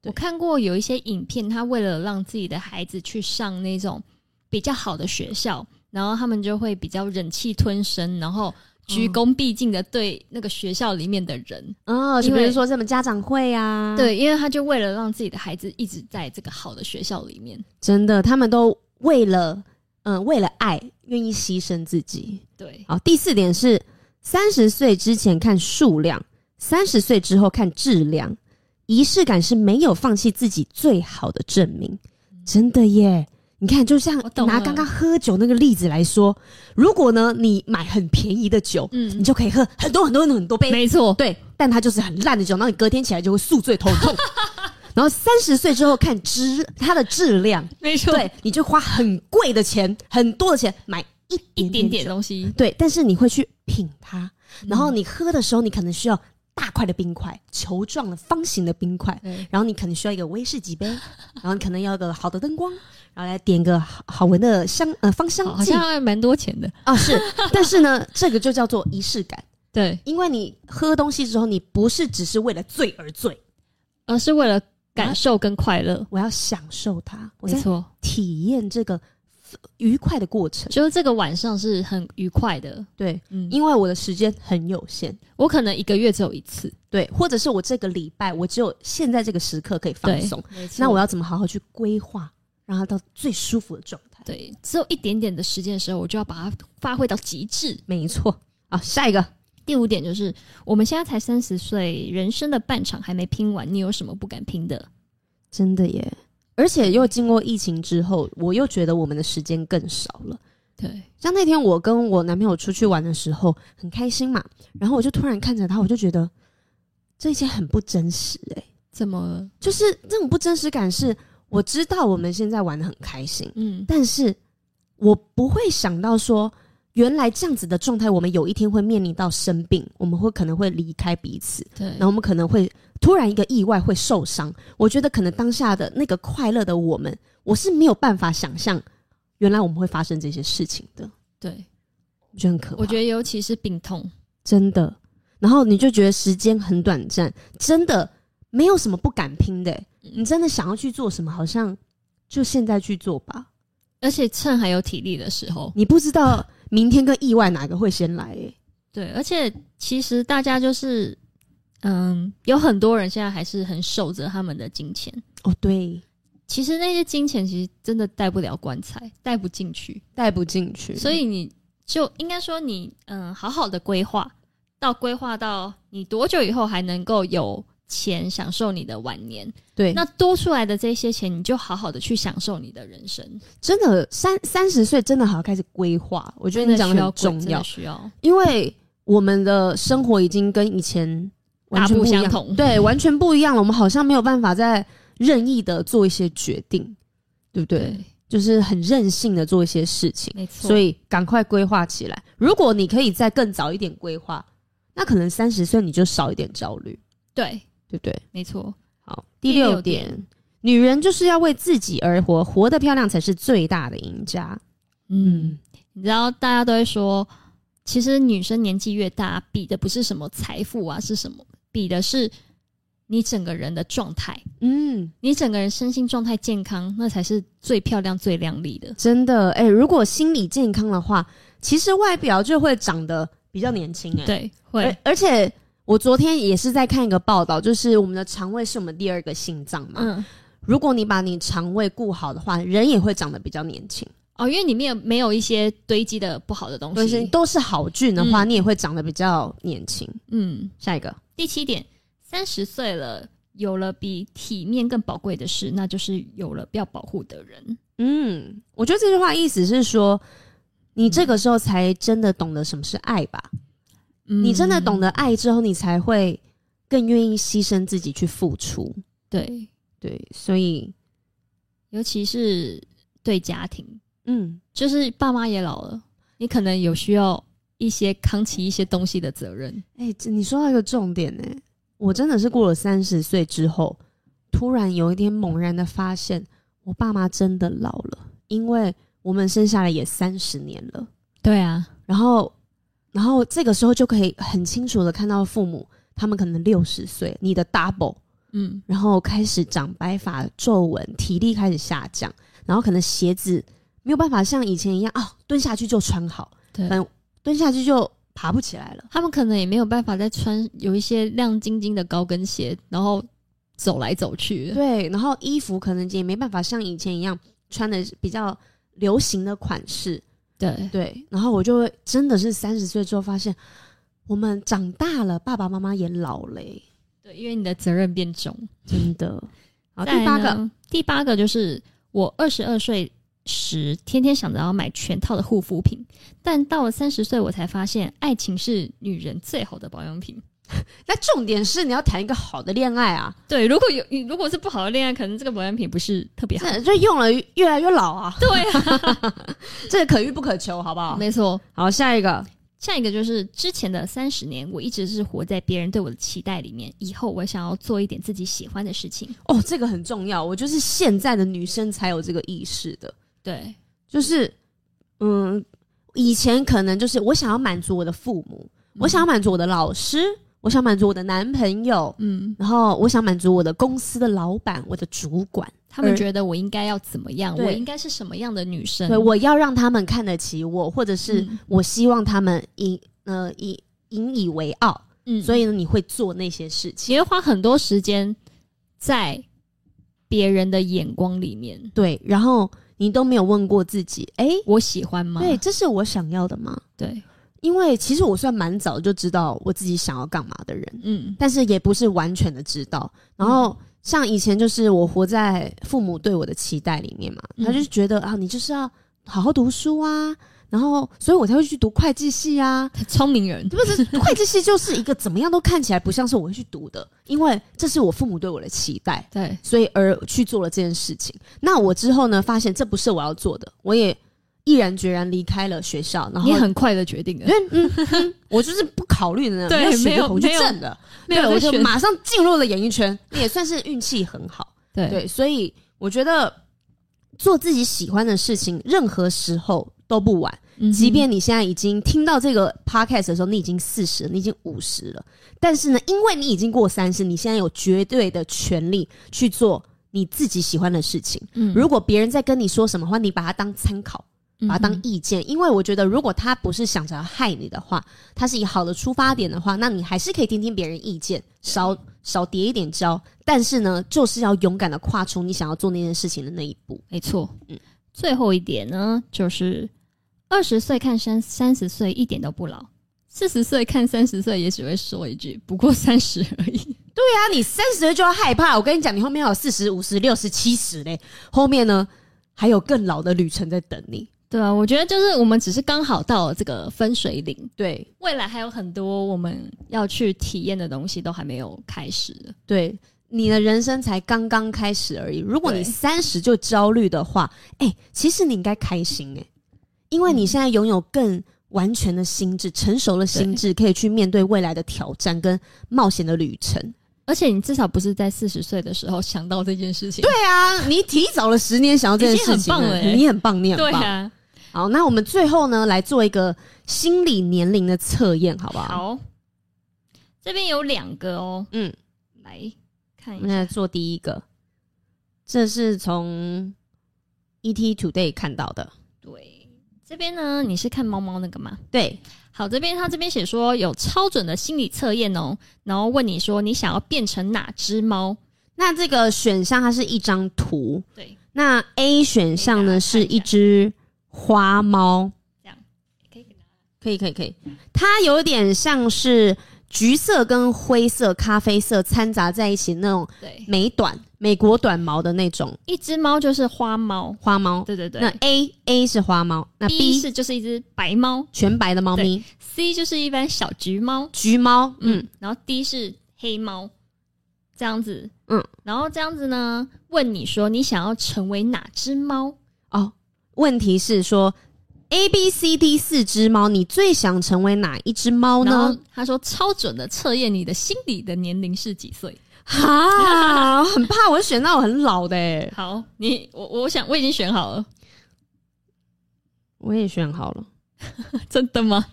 Speaker 2: 对
Speaker 1: 我看过有一些影片，他为了让自己的孩子去上那种比较好的学校，然后他们就会比较忍气吞声，然后鞠躬毕敬的对那个学校里面的人。
Speaker 2: 哦，就
Speaker 1: 因
Speaker 2: 比
Speaker 1: 为
Speaker 2: 如说什么家长会啊，，
Speaker 1: 对，因为他就为了让自己的孩子一直在这个好的学校里面。
Speaker 2: 真的，他们都为了嗯、为了爱愿意牺牲自己。
Speaker 1: 对，
Speaker 2: 好，第四点是三十岁之前看数量，三十岁之后看质量。仪式感是没有放弃自己最好的证明，真的耶！你看，就像
Speaker 1: 嗯我懂
Speaker 2: 拿
Speaker 1: 了
Speaker 2: 刚刚喝酒那个例子来说，如果呢你买很便宜的酒，你
Speaker 1: 嗯，
Speaker 2: 就可以喝很多很多很多很多杯，
Speaker 1: 没错，
Speaker 2: 对，但它就是很烂的酒，然后你隔天起来就会宿醉头 痛。然后三十岁之后看质它的质量，
Speaker 1: 没错，
Speaker 2: 对，你就花很贵的钱，很多的钱买一
Speaker 1: 一
Speaker 2: 点
Speaker 1: 点
Speaker 2: 点
Speaker 1: 点
Speaker 2: 酒，
Speaker 1: 东西，
Speaker 2: 对，但是你会去品它，
Speaker 1: 嗯
Speaker 2: 然后你喝的时候，你可能需要大块的冰块，球状的方形的冰块。
Speaker 1: 对，
Speaker 2: 然后你可能需要一个威士忌杯， 然后你可能要一个好的灯光，然后来点个好好闻的香呃芳香
Speaker 1: 好
Speaker 2: 剂
Speaker 1: 像哦还蛮多钱的。
Speaker 2: 啊是， 但是呢，这个就叫做仪式感，
Speaker 1: 对，
Speaker 2: 因为你喝东西之后，你不是只是为了醉而醉，
Speaker 1: 而是为了感受跟快乐。
Speaker 2: 我要享受它，我
Speaker 1: 没
Speaker 2: 在
Speaker 1: 错，
Speaker 2: 体验这个愉快的过程。
Speaker 1: 就是这个晚上是很愉快的。
Speaker 2: 对，
Speaker 1: 嗯，
Speaker 2: 因为我的时间很有限，
Speaker 1: 我可能一个月只有一次。
Speaker 2: 对，或者是我这个礼拜我只有现在这个时刻可以放松，
Speaker 1: 没错
Speaker 2: 那我要怎么好好去规划，让它到最舒服的状态？
Speaker 1: 对只有一点点的时间的时候，我就要把它发挥到极致。
Speaker 2: 没错。啊，下一个，
Speaker 1: 第五点就是，我们现在才三十岁，人生的半场还没拼完，你有什么不敢拼的？
Speaker 2: 真的耶！而且又经过疫情之后，我又觉得我们的时间更少了。
Speaker 1: 对，
Speaker 2: 像那天我跟我男朋友出去玩的时候，很开心嘛，然后我就突然看着他，我就觉得这一切很不真实哎、
Speaker 1: 怎么了？
Speaker 2: 就是这种不真实感是，我知道我们现在玩的很开心，
Speaker 1: 嗯，
Speaker 2: 但是我不会想到说，原来这样子的状态，我们有一天会面临到生病，我们会可能会离开彼此，
Speaker 1: 对，
Speaker 2: 然后我们可能会突然一个意外会受伤。我觉得可能当下的那个快乐的我们，我是没有办法想象，原来我们会发生这些事情的，
Speaker 1: 对，
Speaker 2: 我觉得很可怕。
Speaker 1: 我觉得尤其是病痛，
Speaker 2: 真的，然后你就觉得时间很短暂，真的没有什么不敢拼的欸、
Speaker 1: 嗯
Speaker 2: 你真的想要去做什么，好像就现在去做吧。
Speaker 1: 而且趁还有体力的时候，
Speaker 2: 你不知道明天跟意外哪个会先来、欸，
Speaker 1: 对，而且其实大家就是，嗯，有很多人现在还是很守着他们的金钱。
Speaker 2: 哦，对，
Speaker 1: 其实那些金钱其实真的带不了棺材，带不进去。
Speaker 2: 带不进去，
Speaker 1: 所以你就应该说你嗯，好好的规划，到规划到你多久以后还能够有钱享受你的晚年？
Speaker 2: 对，
Speaker 1: 那多出来的这些钱，你就好好的去享受你的人生。
Speaker 2: 真的三三十岁真的好要开始规划，我觉得你
Speaker 1: 真
Speaker 2: 讲
Speaker 1: 的需
Speaker 2: 的
Speaker 1: 要
Speaker 2: 很重
Speaker 1: 真
Speaker 2: 要
Speaker 1: 的，需要
Speaker 2: 因为我们的生活已经跟以前完全
Speaker 1: 大不
Speaker 2: 一样
Speaker 1: 相同
Speaker 2: 对，完全不一样了，我们好像没有办法再任意的做一些决定，对不对？就是很任性的做一些事情，
Speaker 1: 没错。
Speaker 2: 所
Speaker 1: 以
Speaker 2: 以赶快规划起来。如果你可以再更早一点规划，那可能三十岁你就少一点焦虑，
Speaker 1: 对，
Speaker 2: 对不对？
Speaker 1: 没错，
Speaker 2: 好，第
Speaker 1: 第
Speaker 2: 六
Speaker 1: 六
Speaker 2: 点，女人就是要为自己而活，活得漂亮才是最大的赢家。
Speaker 1: 嗯，，你知道大家都会说，其实女生年纪越大，比的不是什么财富啊，是什么？比的是你整个人的状态，
Speaker 2: 嗯，
Speaker 1: 你整个人身心状态健康，那才是最漂亮、最靓丽的。
Speaker 2: 真的，哎、如果心理健康的话，其实外表就会长得比较年轻、哎，
Speaker 1: 对，会，
Speaker 2: 而而且我昨天也是在看一个报道，就是我们的肠胃是我们第二个心脏嘛，
Speaker 1: 嗯，
Speaker 2: 如果你把你肠胃顾好的话，人也会长得比较年轻。
Speaker 1: 哦，因为里面没有一些堆积的不好的东
Speaker 2: 就是
Speaker 1: 西。
Speaker 2: 都是好菌的话，你也会长得比较年轻。
Speaker 1: 嗯，
Speaker 2: 下一个，
Speaker 1: 第七点，三十岁了，有了比体面更宝贵的事，那就是有了要保护的人。
Speaker 2: 嗯，我觉得这句话意思是说，你这个时候才真的懂得什么是爱吧？
Speaker 1: 嗯
Speaker 2: 你真的懂得爱之后，你才会更愿意牺牲自己去付出。
Speaker 1: 对，
Speaker 2: 对，所以，
Speaker 1: 尤其是对家庭，
Speaker 2: 嗯，
Speaker 1: 就是爸妈也老了，你可能有需要一些扛起一些东西的责任。
Speaker 2: 哎、这你说到一个重点呢、哎我真的是过了三十岁之后，突然有一天猛然的发现，我爸妈真的老了，因为我们生下来也三十年了。
Speaker 1: 对啊，
Speaker 2: 然后，然后这个时候就可以很清楚的看到父母，他们可能六十岁，你的 double，
Speaker 1: 嗯，
Speaker 2: 然后开始长白发、皱纹，体力开始下降，然后可能鞋子没有办法像以前一样啊、蹲下去就穿好，
Speaker 1: 对。
Speaker 2: 嗯蹲下去就爬不起来了。
Speaker 1: 他们可能也没有办法再穿有一些亮晶晶的高跟鞋，然后走来走去。
Speaker 2: 对，然后衣服可能也没办法像以前一样穿的比较流行的款式。
Speaker 1: 对
Speaker 2: 对，然后我就会真的是三十岁之后发现，我们长大了，爸爸妈妈也老了欸、
Speaker 1: 对，因为你的责任变重。
Speaker 2: 真的。好，第
Speaker 1: 再来
Speaker 2: 八个，
Speaker 1: 呢，第八个就是我二十二岁时，天天想着要买全套的护肤品，但到了三十岁，我才发现爱情是女人最好的保养品。
Speaker 2: 那重点是你要谈一个好的恋爱啊，
Speaker 1: 对，如果有你如果是不好的恋爱，可能这个保养品不是特别好。
Speaker 2: 这这用了越来越老啊，
Speaker 1: 对
Speaker 2: 这个可遇不可求，好不
Speaker 1: 啊，
Speaker 2: 好？
Speaker 1: 没错。
Speaker 2: 好，下一个，
Speaker 1: 下一个就是之前的三十年，我一直是活在别人对我的期待里面。以后我想要做一点自己喜欢的事情。
Speaker 2: 哦，这个很重要，我就是现在的女生才有这个意识的，
Speaker 1: 对，
Speaker 2: 就是，嗯，以前可能就是我想要满足我的父母，
Speaker 1: 嗯
Speaker 2: 我想要满足我的老师，我想满足我的男朋友，
Speaker 1: 嗯，
Speaker 2: 然后我想满足我的公司的老板，我的主管，
Speaker 1: 他们
Speaker 2: 而
Speaker 1: 觉得我应该要怎么样？
Speaker 2: 对
Speaker 1: 我应该是什么样的女生？
Speaker 2: 对，我要让他们看得起我，或者是
Speaker 1: 嗯
Speaker 2: 我希望他们引呃引引以为傲。
Speaker 1: 嗯
Speaker 2: 所以呢，你会做那些事情。
Speaker 1: 其实花很多时间在别人的眼光里面，
Speaker 2: 对，然后你都没有问过自己，哎、
Speaker 1: 我喜欢吗？
Speaker 2: 对，这是我想要的吗？
Speaker 1: 对，
Speaker 2: 因为其实我算蛮早就知道我自己想要干嘛的人，
Speaker 1: 嗯，
Speaker 2: 但是也不是完全的知道。然后像以前就是我活在父母对我的期待里面嘛，
Speaker 1: 嗯
Speaker 2: 他就是觉得啊，你就是要好好读书啊，然后所以我才会去读会计系啊。
Speaker 1: 聪明人，
Speaker 2: 不是会计系就是一个怎么样都看起来不像是我会去读的，因为这是我父母对我的期待。
Speaker 1: 对，
Speaker 2: 所以而去做了这件事情。那我之后呢，发现这不是我要做的，我也毅然决然离开了学校，然后
Speaker 1: 你很快的决定了
Speaker 2: 因，为嗯，嗯我就是不考虑的，
Speaker 1: 对
Speaker 2: 没有选
Speaker 1: 没有
Speaker 2: 择恐惧
Speaker 1: 没有
Speaker 2: 症的，
Speaker 1: 没有
Speaker 2: 对我
Speaker 1: 在
Speaker 2: 就
Speaker 1: 选
Speaker 2: 马上进入了演艺圈，也算是运气很好。
Speaker 1: 对
Speaker 2: 对，所以我觉得做自己喜欢的事情，任何时候都不晚。
Speaker 1: 嗯哼
Speaker 2: 即便你现在已经听到这个 podcast 的时候，你已经四十，你已经五十了，但是呢，因为你已经过三十，你现在有绝对的权利去做你自己喜欢的事情。
Speaker 1: 嗯
Speaker 2: 如果别人在跟你说什么话，你把它当参考，
Speaker 1: 嗯哼
Speaker 2: 把它当意见，因为我觉得如果他不是想着要害你的话，他是以好的出发点的话，那你还是可以听听别人意见，少少叠一点胶。但是呢，就是要勇敢的跨出你想要做那件事情的那一步。
Speaker 1: 没错，嗯，最后一点呢，就是二十岁看三三十岁一点都不老。四十岁看三十岁，也只会说一句“不过三十而已
Speaker 2: 那啊你三十岁就要害怕。我跟你讲，你后面还有四十五十六十七十嘞，后面呢还有更老的旅程在等你。”。
Speaker 1: 对啊，我觉得就是我们只是刚好到了这个分水岭，
Speaker 2: 对
Speaker 1: 未来还有很多我们要去体验的东西都还没有开始的。
Speaker 2: 对，你的人生才刚刚开始而已。如果你
Speaker 1: 对
Speaker 2: 三十就焦虑的话，哎、其实你应该开心哎、因为你现在拥有更完全的心智、成熟的心智，可以去面对未来的挑战跟冒险的旅程。
Speaker 1: 而且你至少不是在四十岁的时候想到这件事情。
Speaker 2: 对啊，你提早了十年想要这件事情
Speaker 1: 已经很棒了欸
Speaker 2: 你很棒，你很
Speaker 1: 对
Speaker 2: 棒。
Speaker 1: 啊，
Speaker 2: 好，那我们最后呢来做一个心理年龄的测验，好不好？
Speaker 1: 好，这边有两个哦，
Speaker 2: 嗯，
Speaker 1: 来看一下，
Speaker 2: 那做第一个，这是从 ET Today 看到的，
Speaker 1: 对，这边呢，你是看猫猫那个吗？
Speaker 2: 对，
Speaker 1: 好，这边他这边写说有超准的心理测验哦，然后问你说你想要变成哪只猫？
Speaker 2: 那这个选项它是一张图，
Speaker 1: 对，
Speaker 2: 那 A 选项呢是一只花猫，
Speaker 1: 这样可以给大家
Speaker 2: 可以可以可以，它有点像是橘色跟灰色、咖啡色掺杂在一起那种
Speaker 1: 对，
Speaker 2: 美短美国短毛的那种
Speaker 1: 一只猫就是花猫，
Speaker 2: 花猫。
Speaker 1: 对对对。
Speaker 2: 那 A A 是花猫，那
Speaker 1: B
Speaker 2: B
Speaker 1: 是就是一只白猫
Speaker 2: 全白的猫咪，
Speaker 1: ，C 就是一般小橘猫，
Speaker 2: 橘猫，嗯，
Speaker 1: 嗯，然后 D 是黑猫，这样子，
Speaker 2: 嗯
Speaker 1: 嗯，然后这样子呢，问你说你想要成为哪只猫？
Speaker 2: 哦，问题是说 A B C D 四只猫，你最想成为哪一只猫
Speaker 1: 然后
Speaker 2: 哦呢？
Speaker 1: 他说超准的测验你的心理的年龄是几 岁？
Speaker 2: 哈，很怕我选到很老的哎，
Speaker 1: 好，你我我想我已经选 好了，
Speaker 2: 我也选好了。
Speaker 1: 真的吗？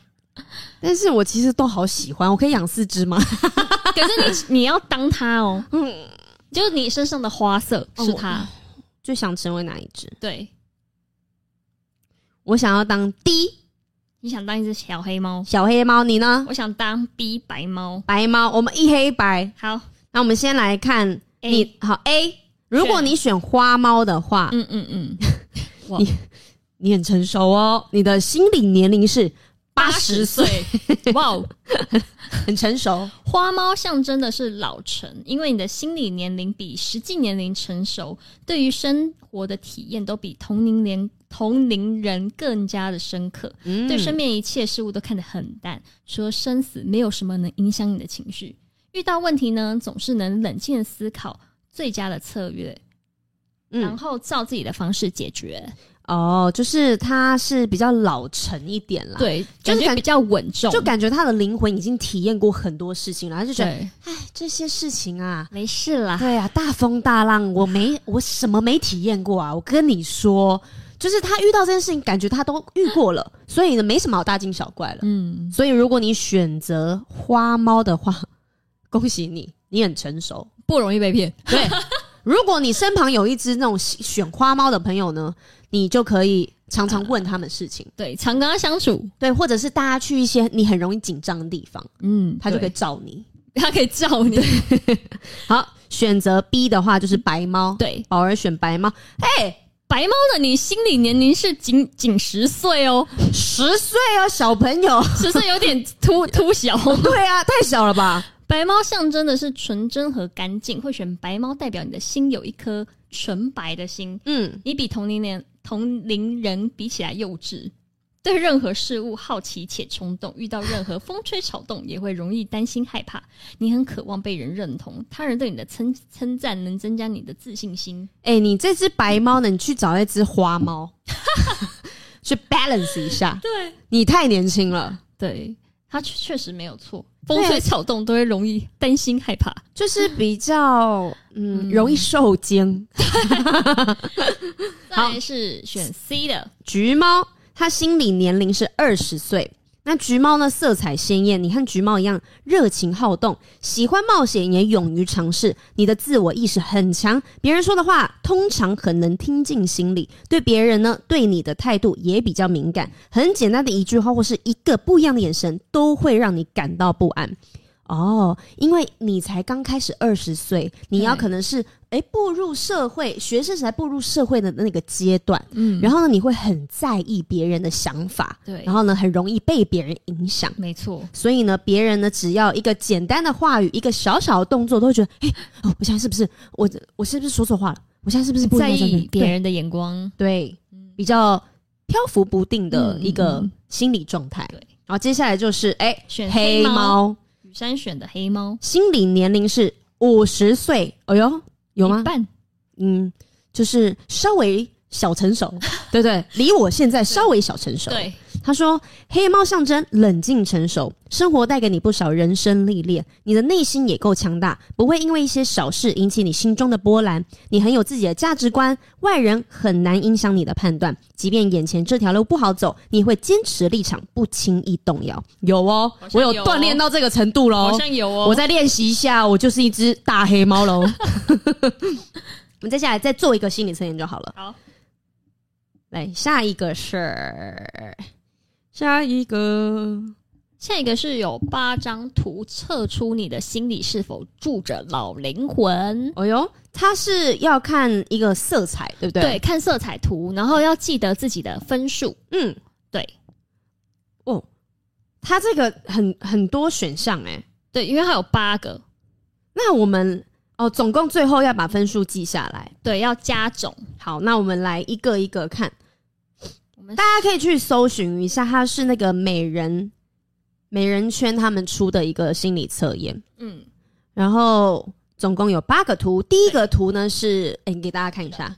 Speaker 2: 但是我其实都好喜欢，我可以养四只吗？
Speaker 1: 可是 你你要当它哦，
Speaker 2: 嗯，
Speaker 1: 就是你身上的花色
Speaker 2: 哦
Speaker 1: 是它，
Speaker 2: 最想成为哪一只？
Speaker 1: 对，
Speaker 2: 我想要当 D
Speaker 1: 你想当一只小黑猫，
Speaker 2: 小黑猫，你呢？
Speaker 1: 我想当 B 白猫。
Speaker 2: 白猫，我们一黑一白。
Speaker 1: 好，
Speaker 2: 那我们先来看
Speaker 1: A
Speaker 2: 你好 A，如果你选花猫的话，
Speaker 1: 嗯嗯嗯，
Speaker 2: 你很成熟哦，你的心理年龄是八十岁，，
Speaker 1: 哇哦！
Speaker 2: 很成熟。
Speaker 1: 花猫象征的是老成，因为你的心理年龄比实际年龄成熟，对于生活的体验都比同龄年同龄人更加的深刻，
Speaker 2: 嗯
Speaker 1: 对身边一切事物都看得很淡，除了生死，没有什么能影响你的情绪。遇到问题呢，总是能冷静的思考最佳的策略，然
Speaker 2: 嗯，
Speaker 1: 后照自己的方式解决。
Speaker 2: 哦，就是它是比较老成一点啦，，
Speaker 1: 对，
Speaker 2: 就是
Speaker 1: 感
Speaker 2: 感
Speaker 1: 觉比较稳重，
Speaker 2: 就感觉他的灵魂已经体验过很多事情了，他就觉得，
Speaker 1: 对，
Speaker 2: 哎，这些事情啊，
Speaker 1: 没事啦。
Speaker 2: 对啊，大风大浪，我 没，我什么没体验过啊，我跟你说，就是他遇到这件事情，感觉他都遇过了，所以呢，没什么好大惊小怪了。
Speaker 1: 嗯，
Speaker 2: 所以如果你选择花猫的话， 恭喜你，你很成熟。
Speaker 1: 不容易被骗。
Speaker 2: 对，如果你身旁有一只那种喜选花猫的朋友呢，你就可以常常问他们事情，
Speaker 1: 对，常跟他相处，
Speaker 2: 对，或者是大家去一些你很容易紧张的地方，
Speaker 1: 嗯，
Speaker 2: 他就可以
Speaker 1: 对
Speaker 2: 罩你。
Speaker 1: 他可以照你。
Speaker 2: 好，选择 B 的话就是白猫，
Speaker 1: 对，
Speaker 2: 宝儿选白猫，
Speaker 1: 白猫的你心理年龄是仅仅十岁哦，
Speaker 2: 十岁哦，小朋 友，
Speaker 1: 十岁有点 突突小。
Speaker 2: 对啊，太小了吧？
Speaker 1: 白猫象征的是纯真和干净，会选白猫代表你的心有一颗纯白的心，
Speaker 2: 嗯，
Speaker 1: 你比同龄人同龄人比起来幼稚。对任何事物好奇且冲动，遇到任何风吹草动也会容易担心害怕。你很渴望被人认同，他人对你的称称赞能增加你的自信心。
Speaker 2: 哎、你这只白猫呢？你去找一只花 猫，去 balance 一下。
Speaker 1: 对
Speaker 2: 你太年轻了。
Speaker 1: 对，他确确实没有错，
Speaker 2: 对
Speaker 1: 风吹草动都会容易担心害怕。
Speaker 2: 就是比较嗯容易受惊。
Speaker 1: 再来是选 C 的，
Speaker 2: 橘猫它心理年龄是二十岁。那橘猫呢？色彩鲜艳，你和橘猫一样热情好动，喜欢冒险，也勇于尝试。你的自我意识很强，别人说的话通常很能听进心里。对别人呢，对你的态度也比较敏感。很简单的一句话或是一个不一样的眼神，都会让你感到不安。哦，因为你才刚开始二十岁，你要
Speaker 1: 对
Speaker 2: 可能是诶步入社会，学生时代步入社会的那个阶段。
Speaker 1: 嗯，
Speaker 2: 然后呢，你会很在意别人的想法，
Speaker 1: 对
Speaker 2: 然，后呢，很容易被别人影响。
Speaker 1: 没错，
Speaker 2: 所以呢，别人呢，只要一个简单的话语，一个小小的动作，都会觉得，哎、哦，我现在是不是我我是不是说错话了？我现在是不是不应
Speaker 1: 在
Speaker 2: 该这样
Speaker 1: 意
Speaker 2: 讲
Speaker 1: 别人的眼光，
Speaker 2: 对对比较漂浮不定的
Speaker 1: 嗯
Speaker 2: 一个
Speaker 1: 嗯
Speaker 2: 心理状态？
Speaker 1: 对
Speaker 2: 然后接下来就是，哎、
Speaker 1: 嗯选
Speaker 2: 黑
Speaker 1: 黑猫，
Speaker 2: 猫
Speaker 1: 雨山选的黑猫，
Speaker 2: 心理年龄是五十岁，哎呦，有吗
Speaker 1: 一？半
Speaker 2: 嗯， 就是稍微小成熟，对不对？离我现在稍微小成熟，
Speaker 1: 对，
Speaker 2: 他说：“黑猫象征冷静成熟，生活带给你不少人生历练，你的内心也够强大，不会因为一些小事引起你心中的波澜。你很有自己的价值观，外人很难影响你的判断。即便眼前这条路不好走，你会坚持立场，不轻易动摇。有哦，
Speaker 1: 好像
Speaker 2: 我有
Speaker 1: 有哦
Speaker 2: 锻炼到这个程度喽。
Speaker 1: 好像有哦。
Speaker 2: 我再练习一下，我就是一只大黑猫 喽。我们接下来再做一个心理测验就好了。
Speaker 1: 好，
Speaker 2: 来下一个是下一个，
Speaker 1: 下一个是有八张图测出你的心里是否住着老灵魂。
Speaker 2: 哦哟，它是要看一个色彩，对不对？
Speaker 1: 对，，看色彩图，然后要记得自己的分数。
Speaker 2: 嗯，
Speaker 1: 对
Speaker 2: 哦，它这个很很多选项哎，
Speaker 1: 对，因为它有八个，
Speaker 2: 那我们哦，总共最后要把分数记下来。
Speaker 1: 对，要加总。
Speaker 2: 好，那我们来一个一个看。
Speaker 1: 我们
Speaker 2: 大家可以去搜寻一下，它是那个美人美人圈他们出的一个心理测验，
Speaker 1: 嗯，
Speaker 2: 然后总共有八个图。第一个图呢是，哎、你给大家看一下，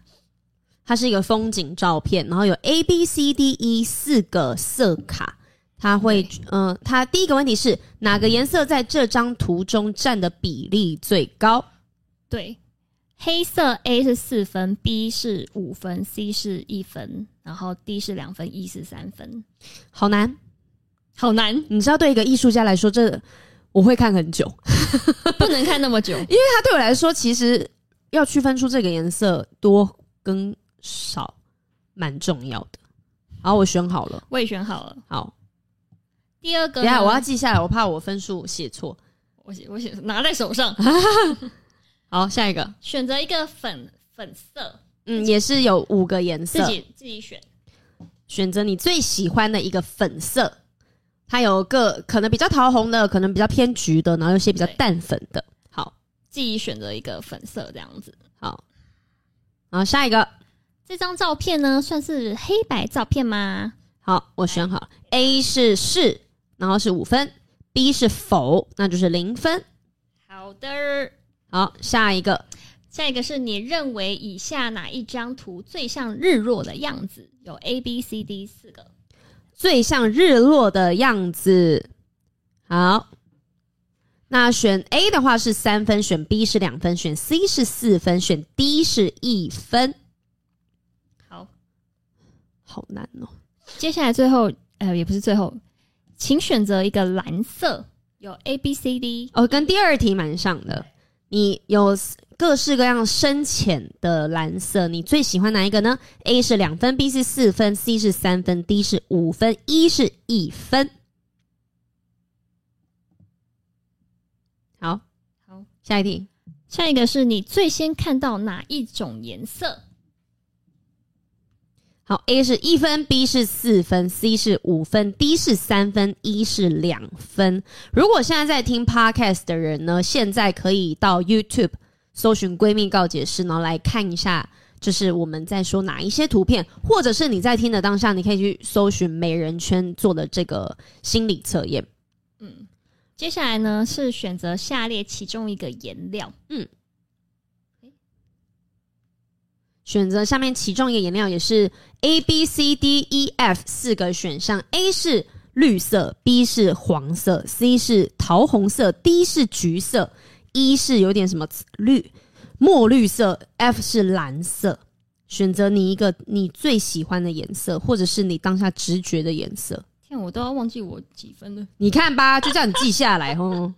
Speaker 2: 它是一个风景照片，然后有 A B C D E 四个色卡。它会，嗯、呃，它第一个问题是哪个颜色在这张图中占的比例最高？
Speaker 1: 对，黑色 A 是四分，B 是五分，C 是一分，然后 D 是两分，E 是三分。
Speaker 2: 好难，
Speaker 1: 好难，
Speaker 2: 你知道，对一个艺术家来说，这我会看很久。
Speaker 1: 不能看那么久。
Speaker 2: 它对我来说，其实要区分出这个颜色多跟少，蛮重要的。然后我选好了，
Speaker 1: 我也选好了。
Speaker 2: 好，
Speaker 1: 第二个
Speaker 2: 等
Speaker 1: 呢，
Speaker 2: 一下我要记下来，我怕我分数写错。
Speaker 1: 我写我写拿在 手上，
Speaker 2: 好，下一个，
Speaker 1: 选择一个粉粉色，
Speaker 2: 嗯，也是有五个颜
Speaker 1: 自
Speaker 2: 色，
Speaker 1: 己自己选。
Speaker 2: 选择你最喜欢的一个粉色。它有个可能比较桃红的，可能比较偏橘的，然后有些比较
Speaker 1: 对
Speaker 2: 淡粉的。好，
Speaker 1: 自己选择一个粉色这样子。
Speaker 2: 好，然后下一个，
Speaker 1: 这张照片呢，算是黑白照片吗？
Speaker 2: 好，我选好了，A 是是，然后是五分；B 是否，那就是零分。
Speaker 1: 好的。
Speaker 2: 好，下一个
Speaker 1: 下一个是你认为以下哪一张图最像日落的样子？有 A、B、C、D 四个。
Speaker 2: 最像日落的样子。好，那选 A 的话是三分，选 B 是两分，选 C 是四分，选 D 是一分。
Speaker 1: 好，
Speaker 2: 好难哦、
Speaker 1: 接下来最后，呃，也不是最后，请选择一个蓝色，有 A、B、C、D。
Speaker 2: 哦，跟第二题蛮像的。你有各式各样深浅的蓝色，你最喜欢哪一个呢？A 是两分，B 是四分，C 是三分，D 是五分，E 是一分。好，
Speaker 1: 好，
Speaker 2: 下一题。
Speaker 1: 下一个是你最先看到哪一种颜色？
Speaker 2: 好，A 是一分，B 是四分，C 是五分，D 是三分，E 是两分。如果现在在听 Podcast 的人呢，现在可以到 YouTube 搜寻“闺蜜告解室”，然后来看一下，就是我们在说哪一些图片，或者是你在听的当下，你可以去搜寻美人圈做的这个心理测验。
Speaker 1: 嗯，接下来呢是选择下列其中一个颜料。
Speaker 2: 选择下面其中一个颜料，也是 A B C D E F 四个选项。A 是绿色，B 是黄色，C 是桃红色，D 是橘色，E 是有点什么绿墨绿色，F 是蓝色。选择你一个你最喜欢的颜色，或者是你当下直觉的颜色。
Speaker 1: 天，我都要忘记我几分了。
Speaker 2: 你看吧，就叫你记下来哦。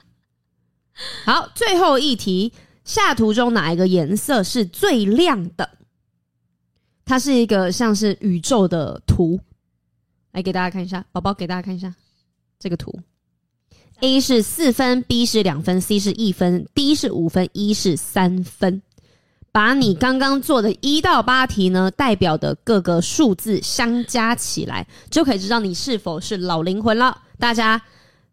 Speaker 2: 好，最后一题，下图中哪一个颜色是最亮的？它是一个像是宇宙的图，来给大家看一下，宝宝给大家看一下这个图。A 是四分，B 是两分，C 是一分，D 是五分，E 是三分。把你刚刚做的一到八题呢，代表的各个数字相加起来，就可以知道你是否是老灵魂了。大家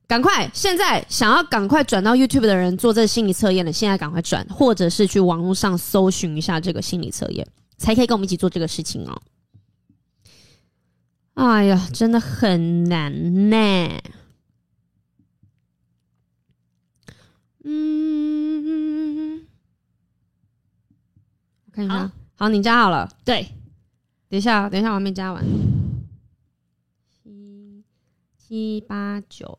Speaker 2: 赶快，现在想要赶快转到 YouTube 的人做这心理测验的，现在赶快转，或者是去网络上搜寻一下这个心理测验，才可以跟我们一起做这个事情哦。哎呀，真的很难呢。嗯，我看一下，
Speaker 1: 好
Speaker 2: 好，你加好了。
Speaker 1: 对，
Speaker 2: 等一下，等一下，我还没加完。七八九，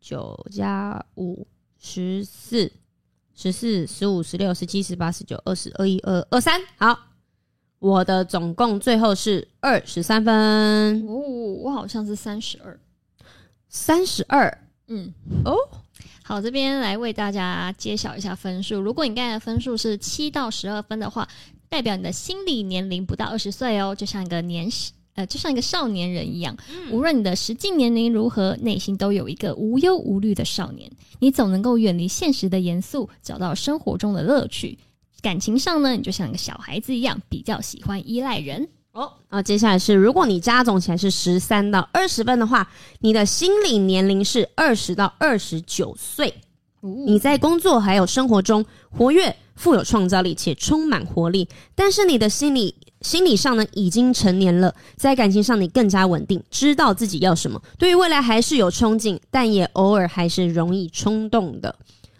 Speaker 2: 九加五十四，十四十五十六十七十八十九二十二一二二三，好，我的总共最后是二十三分，
Speaker 1: 哦，我好像是三十二。
Speaker 2: 三十二，
Speaker 1: 嗯，
Speaker 2: 哦，
Speaker 1: 好，这边来为大家揭晓一下分数。如果你刚才的分数是七到十二分的话，代表你的心理年龄不到二十岁哦，就像一个年呃，就像一个少年人一样。无论你的实际年龄如何，内心都有一个无忧无虑的少年。你总能够远离现实的严肃，找到生活中的乐趣。感情上呢，你就像一个小孩子一样，比较喜欢依赖人。
Speaker 2: 哦，然后接下来是，如果你加总起来是十三到二十分的话，你的心理年龄是二十到二十九岁。
Speaker 1: 嗯
Speaker 2: 你在工作还有生活中活跃、富有创造力且充满活力，但是你的心理心理上呢已经成年了，在感情上你更加稳定，知道自己要什么，对于未来还是有憧憬，但也偶尔还是容易冲动的。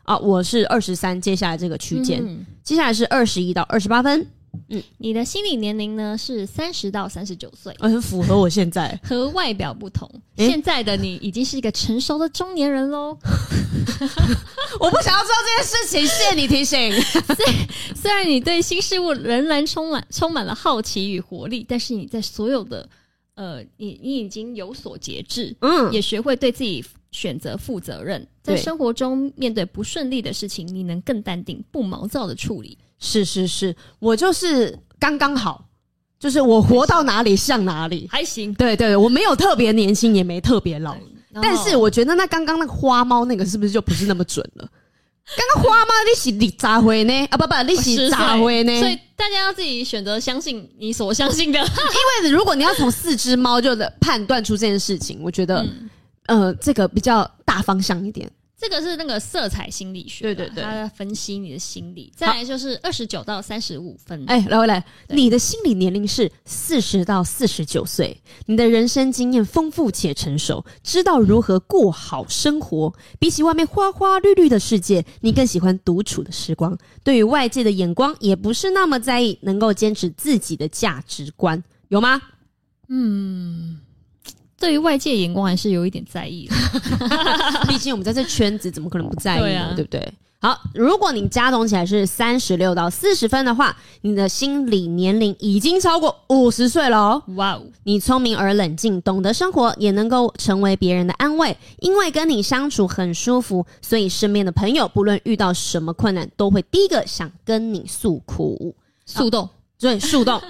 Speaker 2: 啊，我是二十三，接下来这个区间，
Speaker 1: 嗯
Speaker 2: 接下来是二十一到二十 八分，
Speaker 1: 你的心理年龄呢是三十到三十九岁。。
Speaker 2: 很符合我现在
Speaker 1: 和外表不同，
Speaker 2: 诶
Speaker 1: 现在的你已经是一个成熟的中年人喽。
Speaker 3: 我不想要知道这件事情，谢谢你提 醒。
Speaker 1: 虽然你对新事物仍然充满充满了好奇与活力，但是你在所有的呃，你你已经有所节制，
Speaker 2: 嗯，
Speaker 1: 也学会对自己选择负责任。在
Speaker 2: 对
Speaker 1: 生活中面对不顺利的事情，你能更淡定、不毛躁的处理。
Speaker 3: 是是是，我就是刚刚好，就是我活到哪里像哪里。
Speaker 1: 还行，
Speaker 3: 对对，对我没有特别年轻，也没特别老，
Speaker 1: 哦
Speaker 3: 但是
Speaker 1: 我
Speaker 3: 我觉得那刚刚那个花猫那个是不是就不是那么准了？刚刚花猫你是你咋回呢？啊不不，你是咋回呢？
Speaker 1: 哦所以大家要自己选择相信你所相信的。
Speaker 3: 因为如果你要从四只猫就判断出这件事情，我觉得、
Speaker 1: 嗯
Speaker 3: 呃这个比较大方向一点。
Speaker 1: 这个是那个色彩心理学啊，
Speaker 2: 对对对
Speaker 1: 它在分析你的心理。再来就是二十九到三十五分，
Speaker 3: 哎，来回来，
Speaker 1: 对
Speaker 2: 你的心理年龄是四十到四十九岁，你的人生经验丰富且成熟，知道如何过好生活。比起外面花花绿绿的世界，你更喜欢独处的时光。对于外界的眼光也不是那么在意，能够坚持自己的价值观，有吗？
Speaker 1: 对于外界眼光还是有一点在意的。
Speaker 2: 毕竟我们在这圈子，怎么可能不在意呢？对
Speaker 1: 对啊
Speaker 2: 不对？好，如果你加总起来是三十六到四十分的话，你的心理年龄已经超过五十岁了哦。
Speaker 1: 哇哦，
Speaker 2: 你聪明而冷静，懂得生活，也能够成为别人的安慰。因为跟你相处很舒服，所以身边的朋友不论遇到什么困难，都会第一个想跟你诉苦。
Speaker 1: 速冻，
Speaker 2: 对，树洞。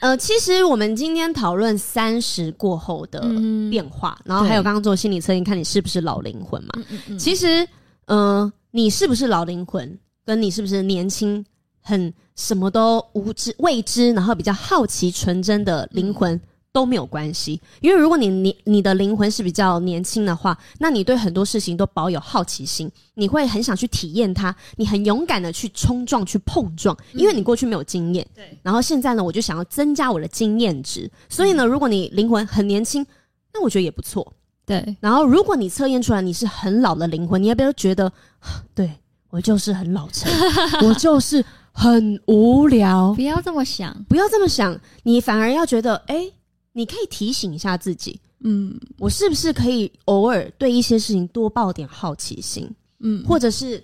Speaker 2: 呃，其实我们今天讨论三十过后的
Speaker 1: 嗯
Speaker 2: 变化，然后还有
Speaker 1: 对
Speaker 2: 刚刚做心理测验，看你是不是老灵魂嘛。
Speaker 1: 嗯嗯
Speaker 2: 其实，呃，你是不是老灵魂，跟你是不是年轻、很什么都无知、未知，然后比较好奇、纯真的灵魂。
Speaker 1: 嗯
Speaker 2: 都没有关系，因为如果你你你的灵魂是比较年轻的话，那你对很多事情都保有好奇心，你会很想去体验它，你很勇敢的去冲撞、去碰撞，因为你过去没有经验。
Speaker 1: 嗯对
Speaker 2: 然后现在呢，我就想要增加我的经验值，所以呢，
Speaker 1: 嗯
Speaker 2: 如果你灵魂很年轻，那我觉得也不错。
Speaker 1: 对，
Speaker 2: 然后，如果你测验出来你是很老的灵魂，你要不要觉得， 啊对我就是很老成， 我就是很无聊？
Speaker 1: 不要这么想，
Speaker 2: 不要这么想，你反而要觉得，哎、你可以提醒一下自己，
Speaker 1: 嗯
Speaker 2: 我是不是可以偶尔对一些事情多抱点好奇心，
Speaker 1: 嗯，
Speaker 2: 或者是。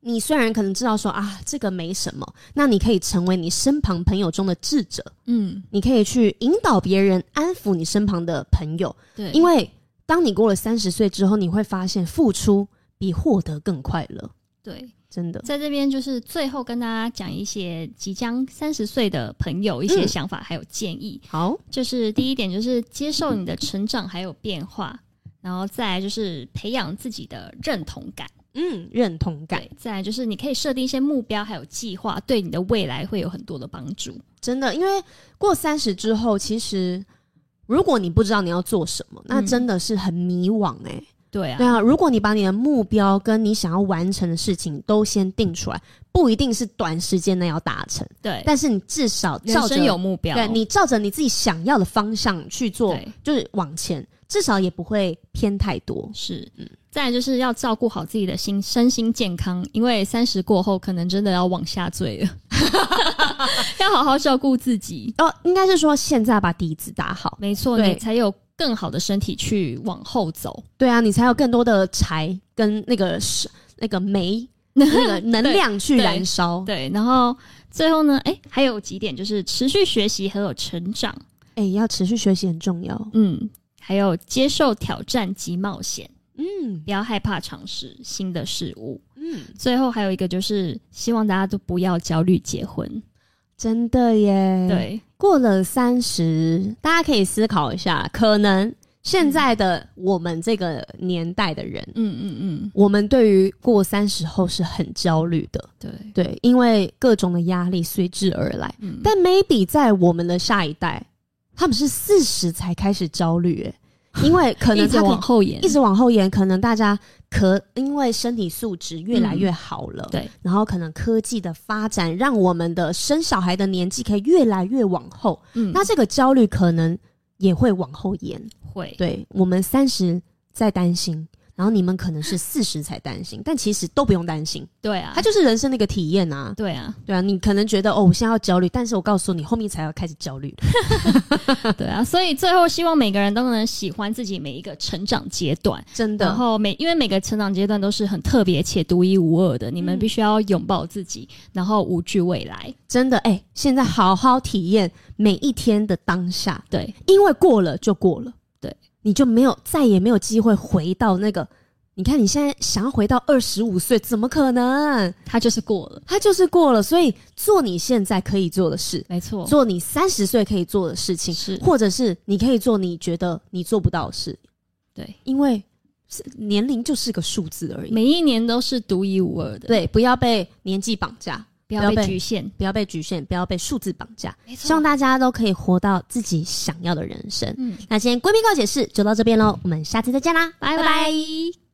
Speaker 2: 你虽然可能知道说啊，这个没什么，那你可以成为你身旁朋友中的智者，
Speaker 1: 嗯
Speaker 2: 你可以去引导别人，安抚你身旁的朋友，
Speaker 1: 对，
Speaker 2: 因为当你过了三十岁之后，你会发现付出比获得更快乐，
Speaker 1: 对，
Speaker 2: 真的。
Speaker 1: 在这边就是最后跟大家讲一些即将三十岁的朋友一些
Speaker 2: 嗯
Speaker 1: 想法还有建议。
Speaker 2: 好，
Speaker 1: 就是第一点就是接受你的成长还有变化，然后再来就是培养自己的认同感。
Speaker 2: 嗯，认同感
Speaker 1: 对，再来就是你可以设定一些目标，还有计划，对你的未来会有很多的帮助。
Speaker 2: 真的，因为过三十之后，其实如果你不知道你要做什么，那
Speaker 1: 嗯
Speaker 2: 真的是很迷惘哎、
Speaker 1: 对啊，
Speaker 2: 对啊，如果你把你的目标跟你想要完成的事情都先定出来，不一定是短时间内要达成，
Speaker 1: 对，
Speaker 2: 但是你至少
Speaker 1: 人
Speaker 2: 照着
Speaker 1: 生有目标，
Speaker 2: 对你照着你自己想要的方向去做，
Speaker 1: 对
Speaker 2: 就是往前，至少也不会偏太多。
Speaker 1: 是。
Speaker 2: 嗯
Speaker 1: 再来就是要照顾好自己的心身心健康，因为三十过后可能真的要往下坠了， 要好好照顾自己。
Speaker 2: 哦，应该是说现在把底子打好，
Speaker 1: 没错，
Speaker 2: 对
Speaker 1: 你才有更好的身体去往后走。
Speaker 2: 对啊，你才有更多的柴跟那个是那个煤那个能量去
Speaker 1: 对
Speaker 2: 燃烧。
Speaker 1: 对，然后最后呢，哎、还有几点就是持续学习和有成长，
Speaker 2: 哎、要持续学习很重要。
Speaker 1: 嗯，还有接受挑战及冒险，
Speaker 2: 嗯
Speaker 1: 不要害怕尝试新的事物。
Speaker 2: 嗯，
Speaker 1: 最后还有一个就是希望大家都不要焦虑结婚，
Speaker 2: 真的耶。，
Speaker 1: 对，
Speaker 2: 过了三十，大家可以思考一下，可能现在的我们这个年代的人，
Speaker 1: 嗯嗯嗯，
Speaker 2: 我们对于过三十后是很焦虑的，
Speaker 1: 对，
Speaker 2: 嗯对，因为各种的压力随之而来。
Speaker 1: 嗯，
Speaker 2: 但 maybe 在我们的下一代，他们是四十才开始焦虑，哎，因 为可能
Speaker 1: 一直
Speaker 2: 他可以
Speaker 1: 往后延，
Speaker 2: 一直往后延，可能大家可因为身体素质越来越好了，
Speaker 1: 嗯对，
Speaker 2: 然后可能科技的发展让我们的生小孩的年纪可以越来越往后，
Speaker 1: 嗯，
Speaker 2: 那这个焦虑可能也会往后延。
Speaker 1: 会，
Speaker 2: 对我们三十在担心，然后你们可能是四十才担心，但其实都不用担心，
Speaker 1: 对啊，
Speaker 2: 它就是人生的一个体验啊。
Speaker 1: 对啊，
Speaker 2: 对啊，你可能觉得哦，我现在要焦虑，但是我告诉你，后面才要开始焦虑。
Speaker 1: 对啊，所以最后希望每个人都能喜欢自己每一个成长阶段，
Speaker 2: 真
Speaker 1: 然
Speaker 2: 的，
Speaker 1: 后每因为每个成长阶段都是很特别且独一无二的，你们
Speaker 2: 嗯
Speaker 1: 必须要拥抱自己，然后无惧未来。
Speaker 2: 真的，哎、现在好好体验每一天的当下，
Speaker 1: 对，
Speaker 2: 因为过了就过了，
Speaker 1: 对，
Speaker 2: 你就没有再也没有机会回到那个。你看，你现在想要回到二十五岁，怎么可能？
Speaker 1: 它就是过了，
Speaker 2: 它就是过了。所以做你现在可以做的事，
Speaker 1: 没错，
Speaker 2: 做你三十岁可以做的事情，
Speaker 1: 是
Speaker 2: 或者是你可以做你觉得你做不到的事，
Speaker 1: 对，
Speaker 2: 因为是年龄就是个数字而已。
Speaker 1: 每一年都是独一无二的，
Speaker 2: 对，不要被年纪绑架，不
Speaker 1: 不
Speaker 2: 要
Speaker 1: 要被
Speaker 2: 被
Speaker 1: 局限。
Speaker 2: 不要被局限，不要被数字绑架。
Speaker 1: 没
Speaker 2: 希望大家都可以活到自己想要的人生。
Speaker 1: 嗯，
Speaker 2: 那今天闺蜜告解室就到这边喽，我们下次再见啦，拜
Speaker 1: 拜
Speaker 2: 拜
Speaker 1: 拜。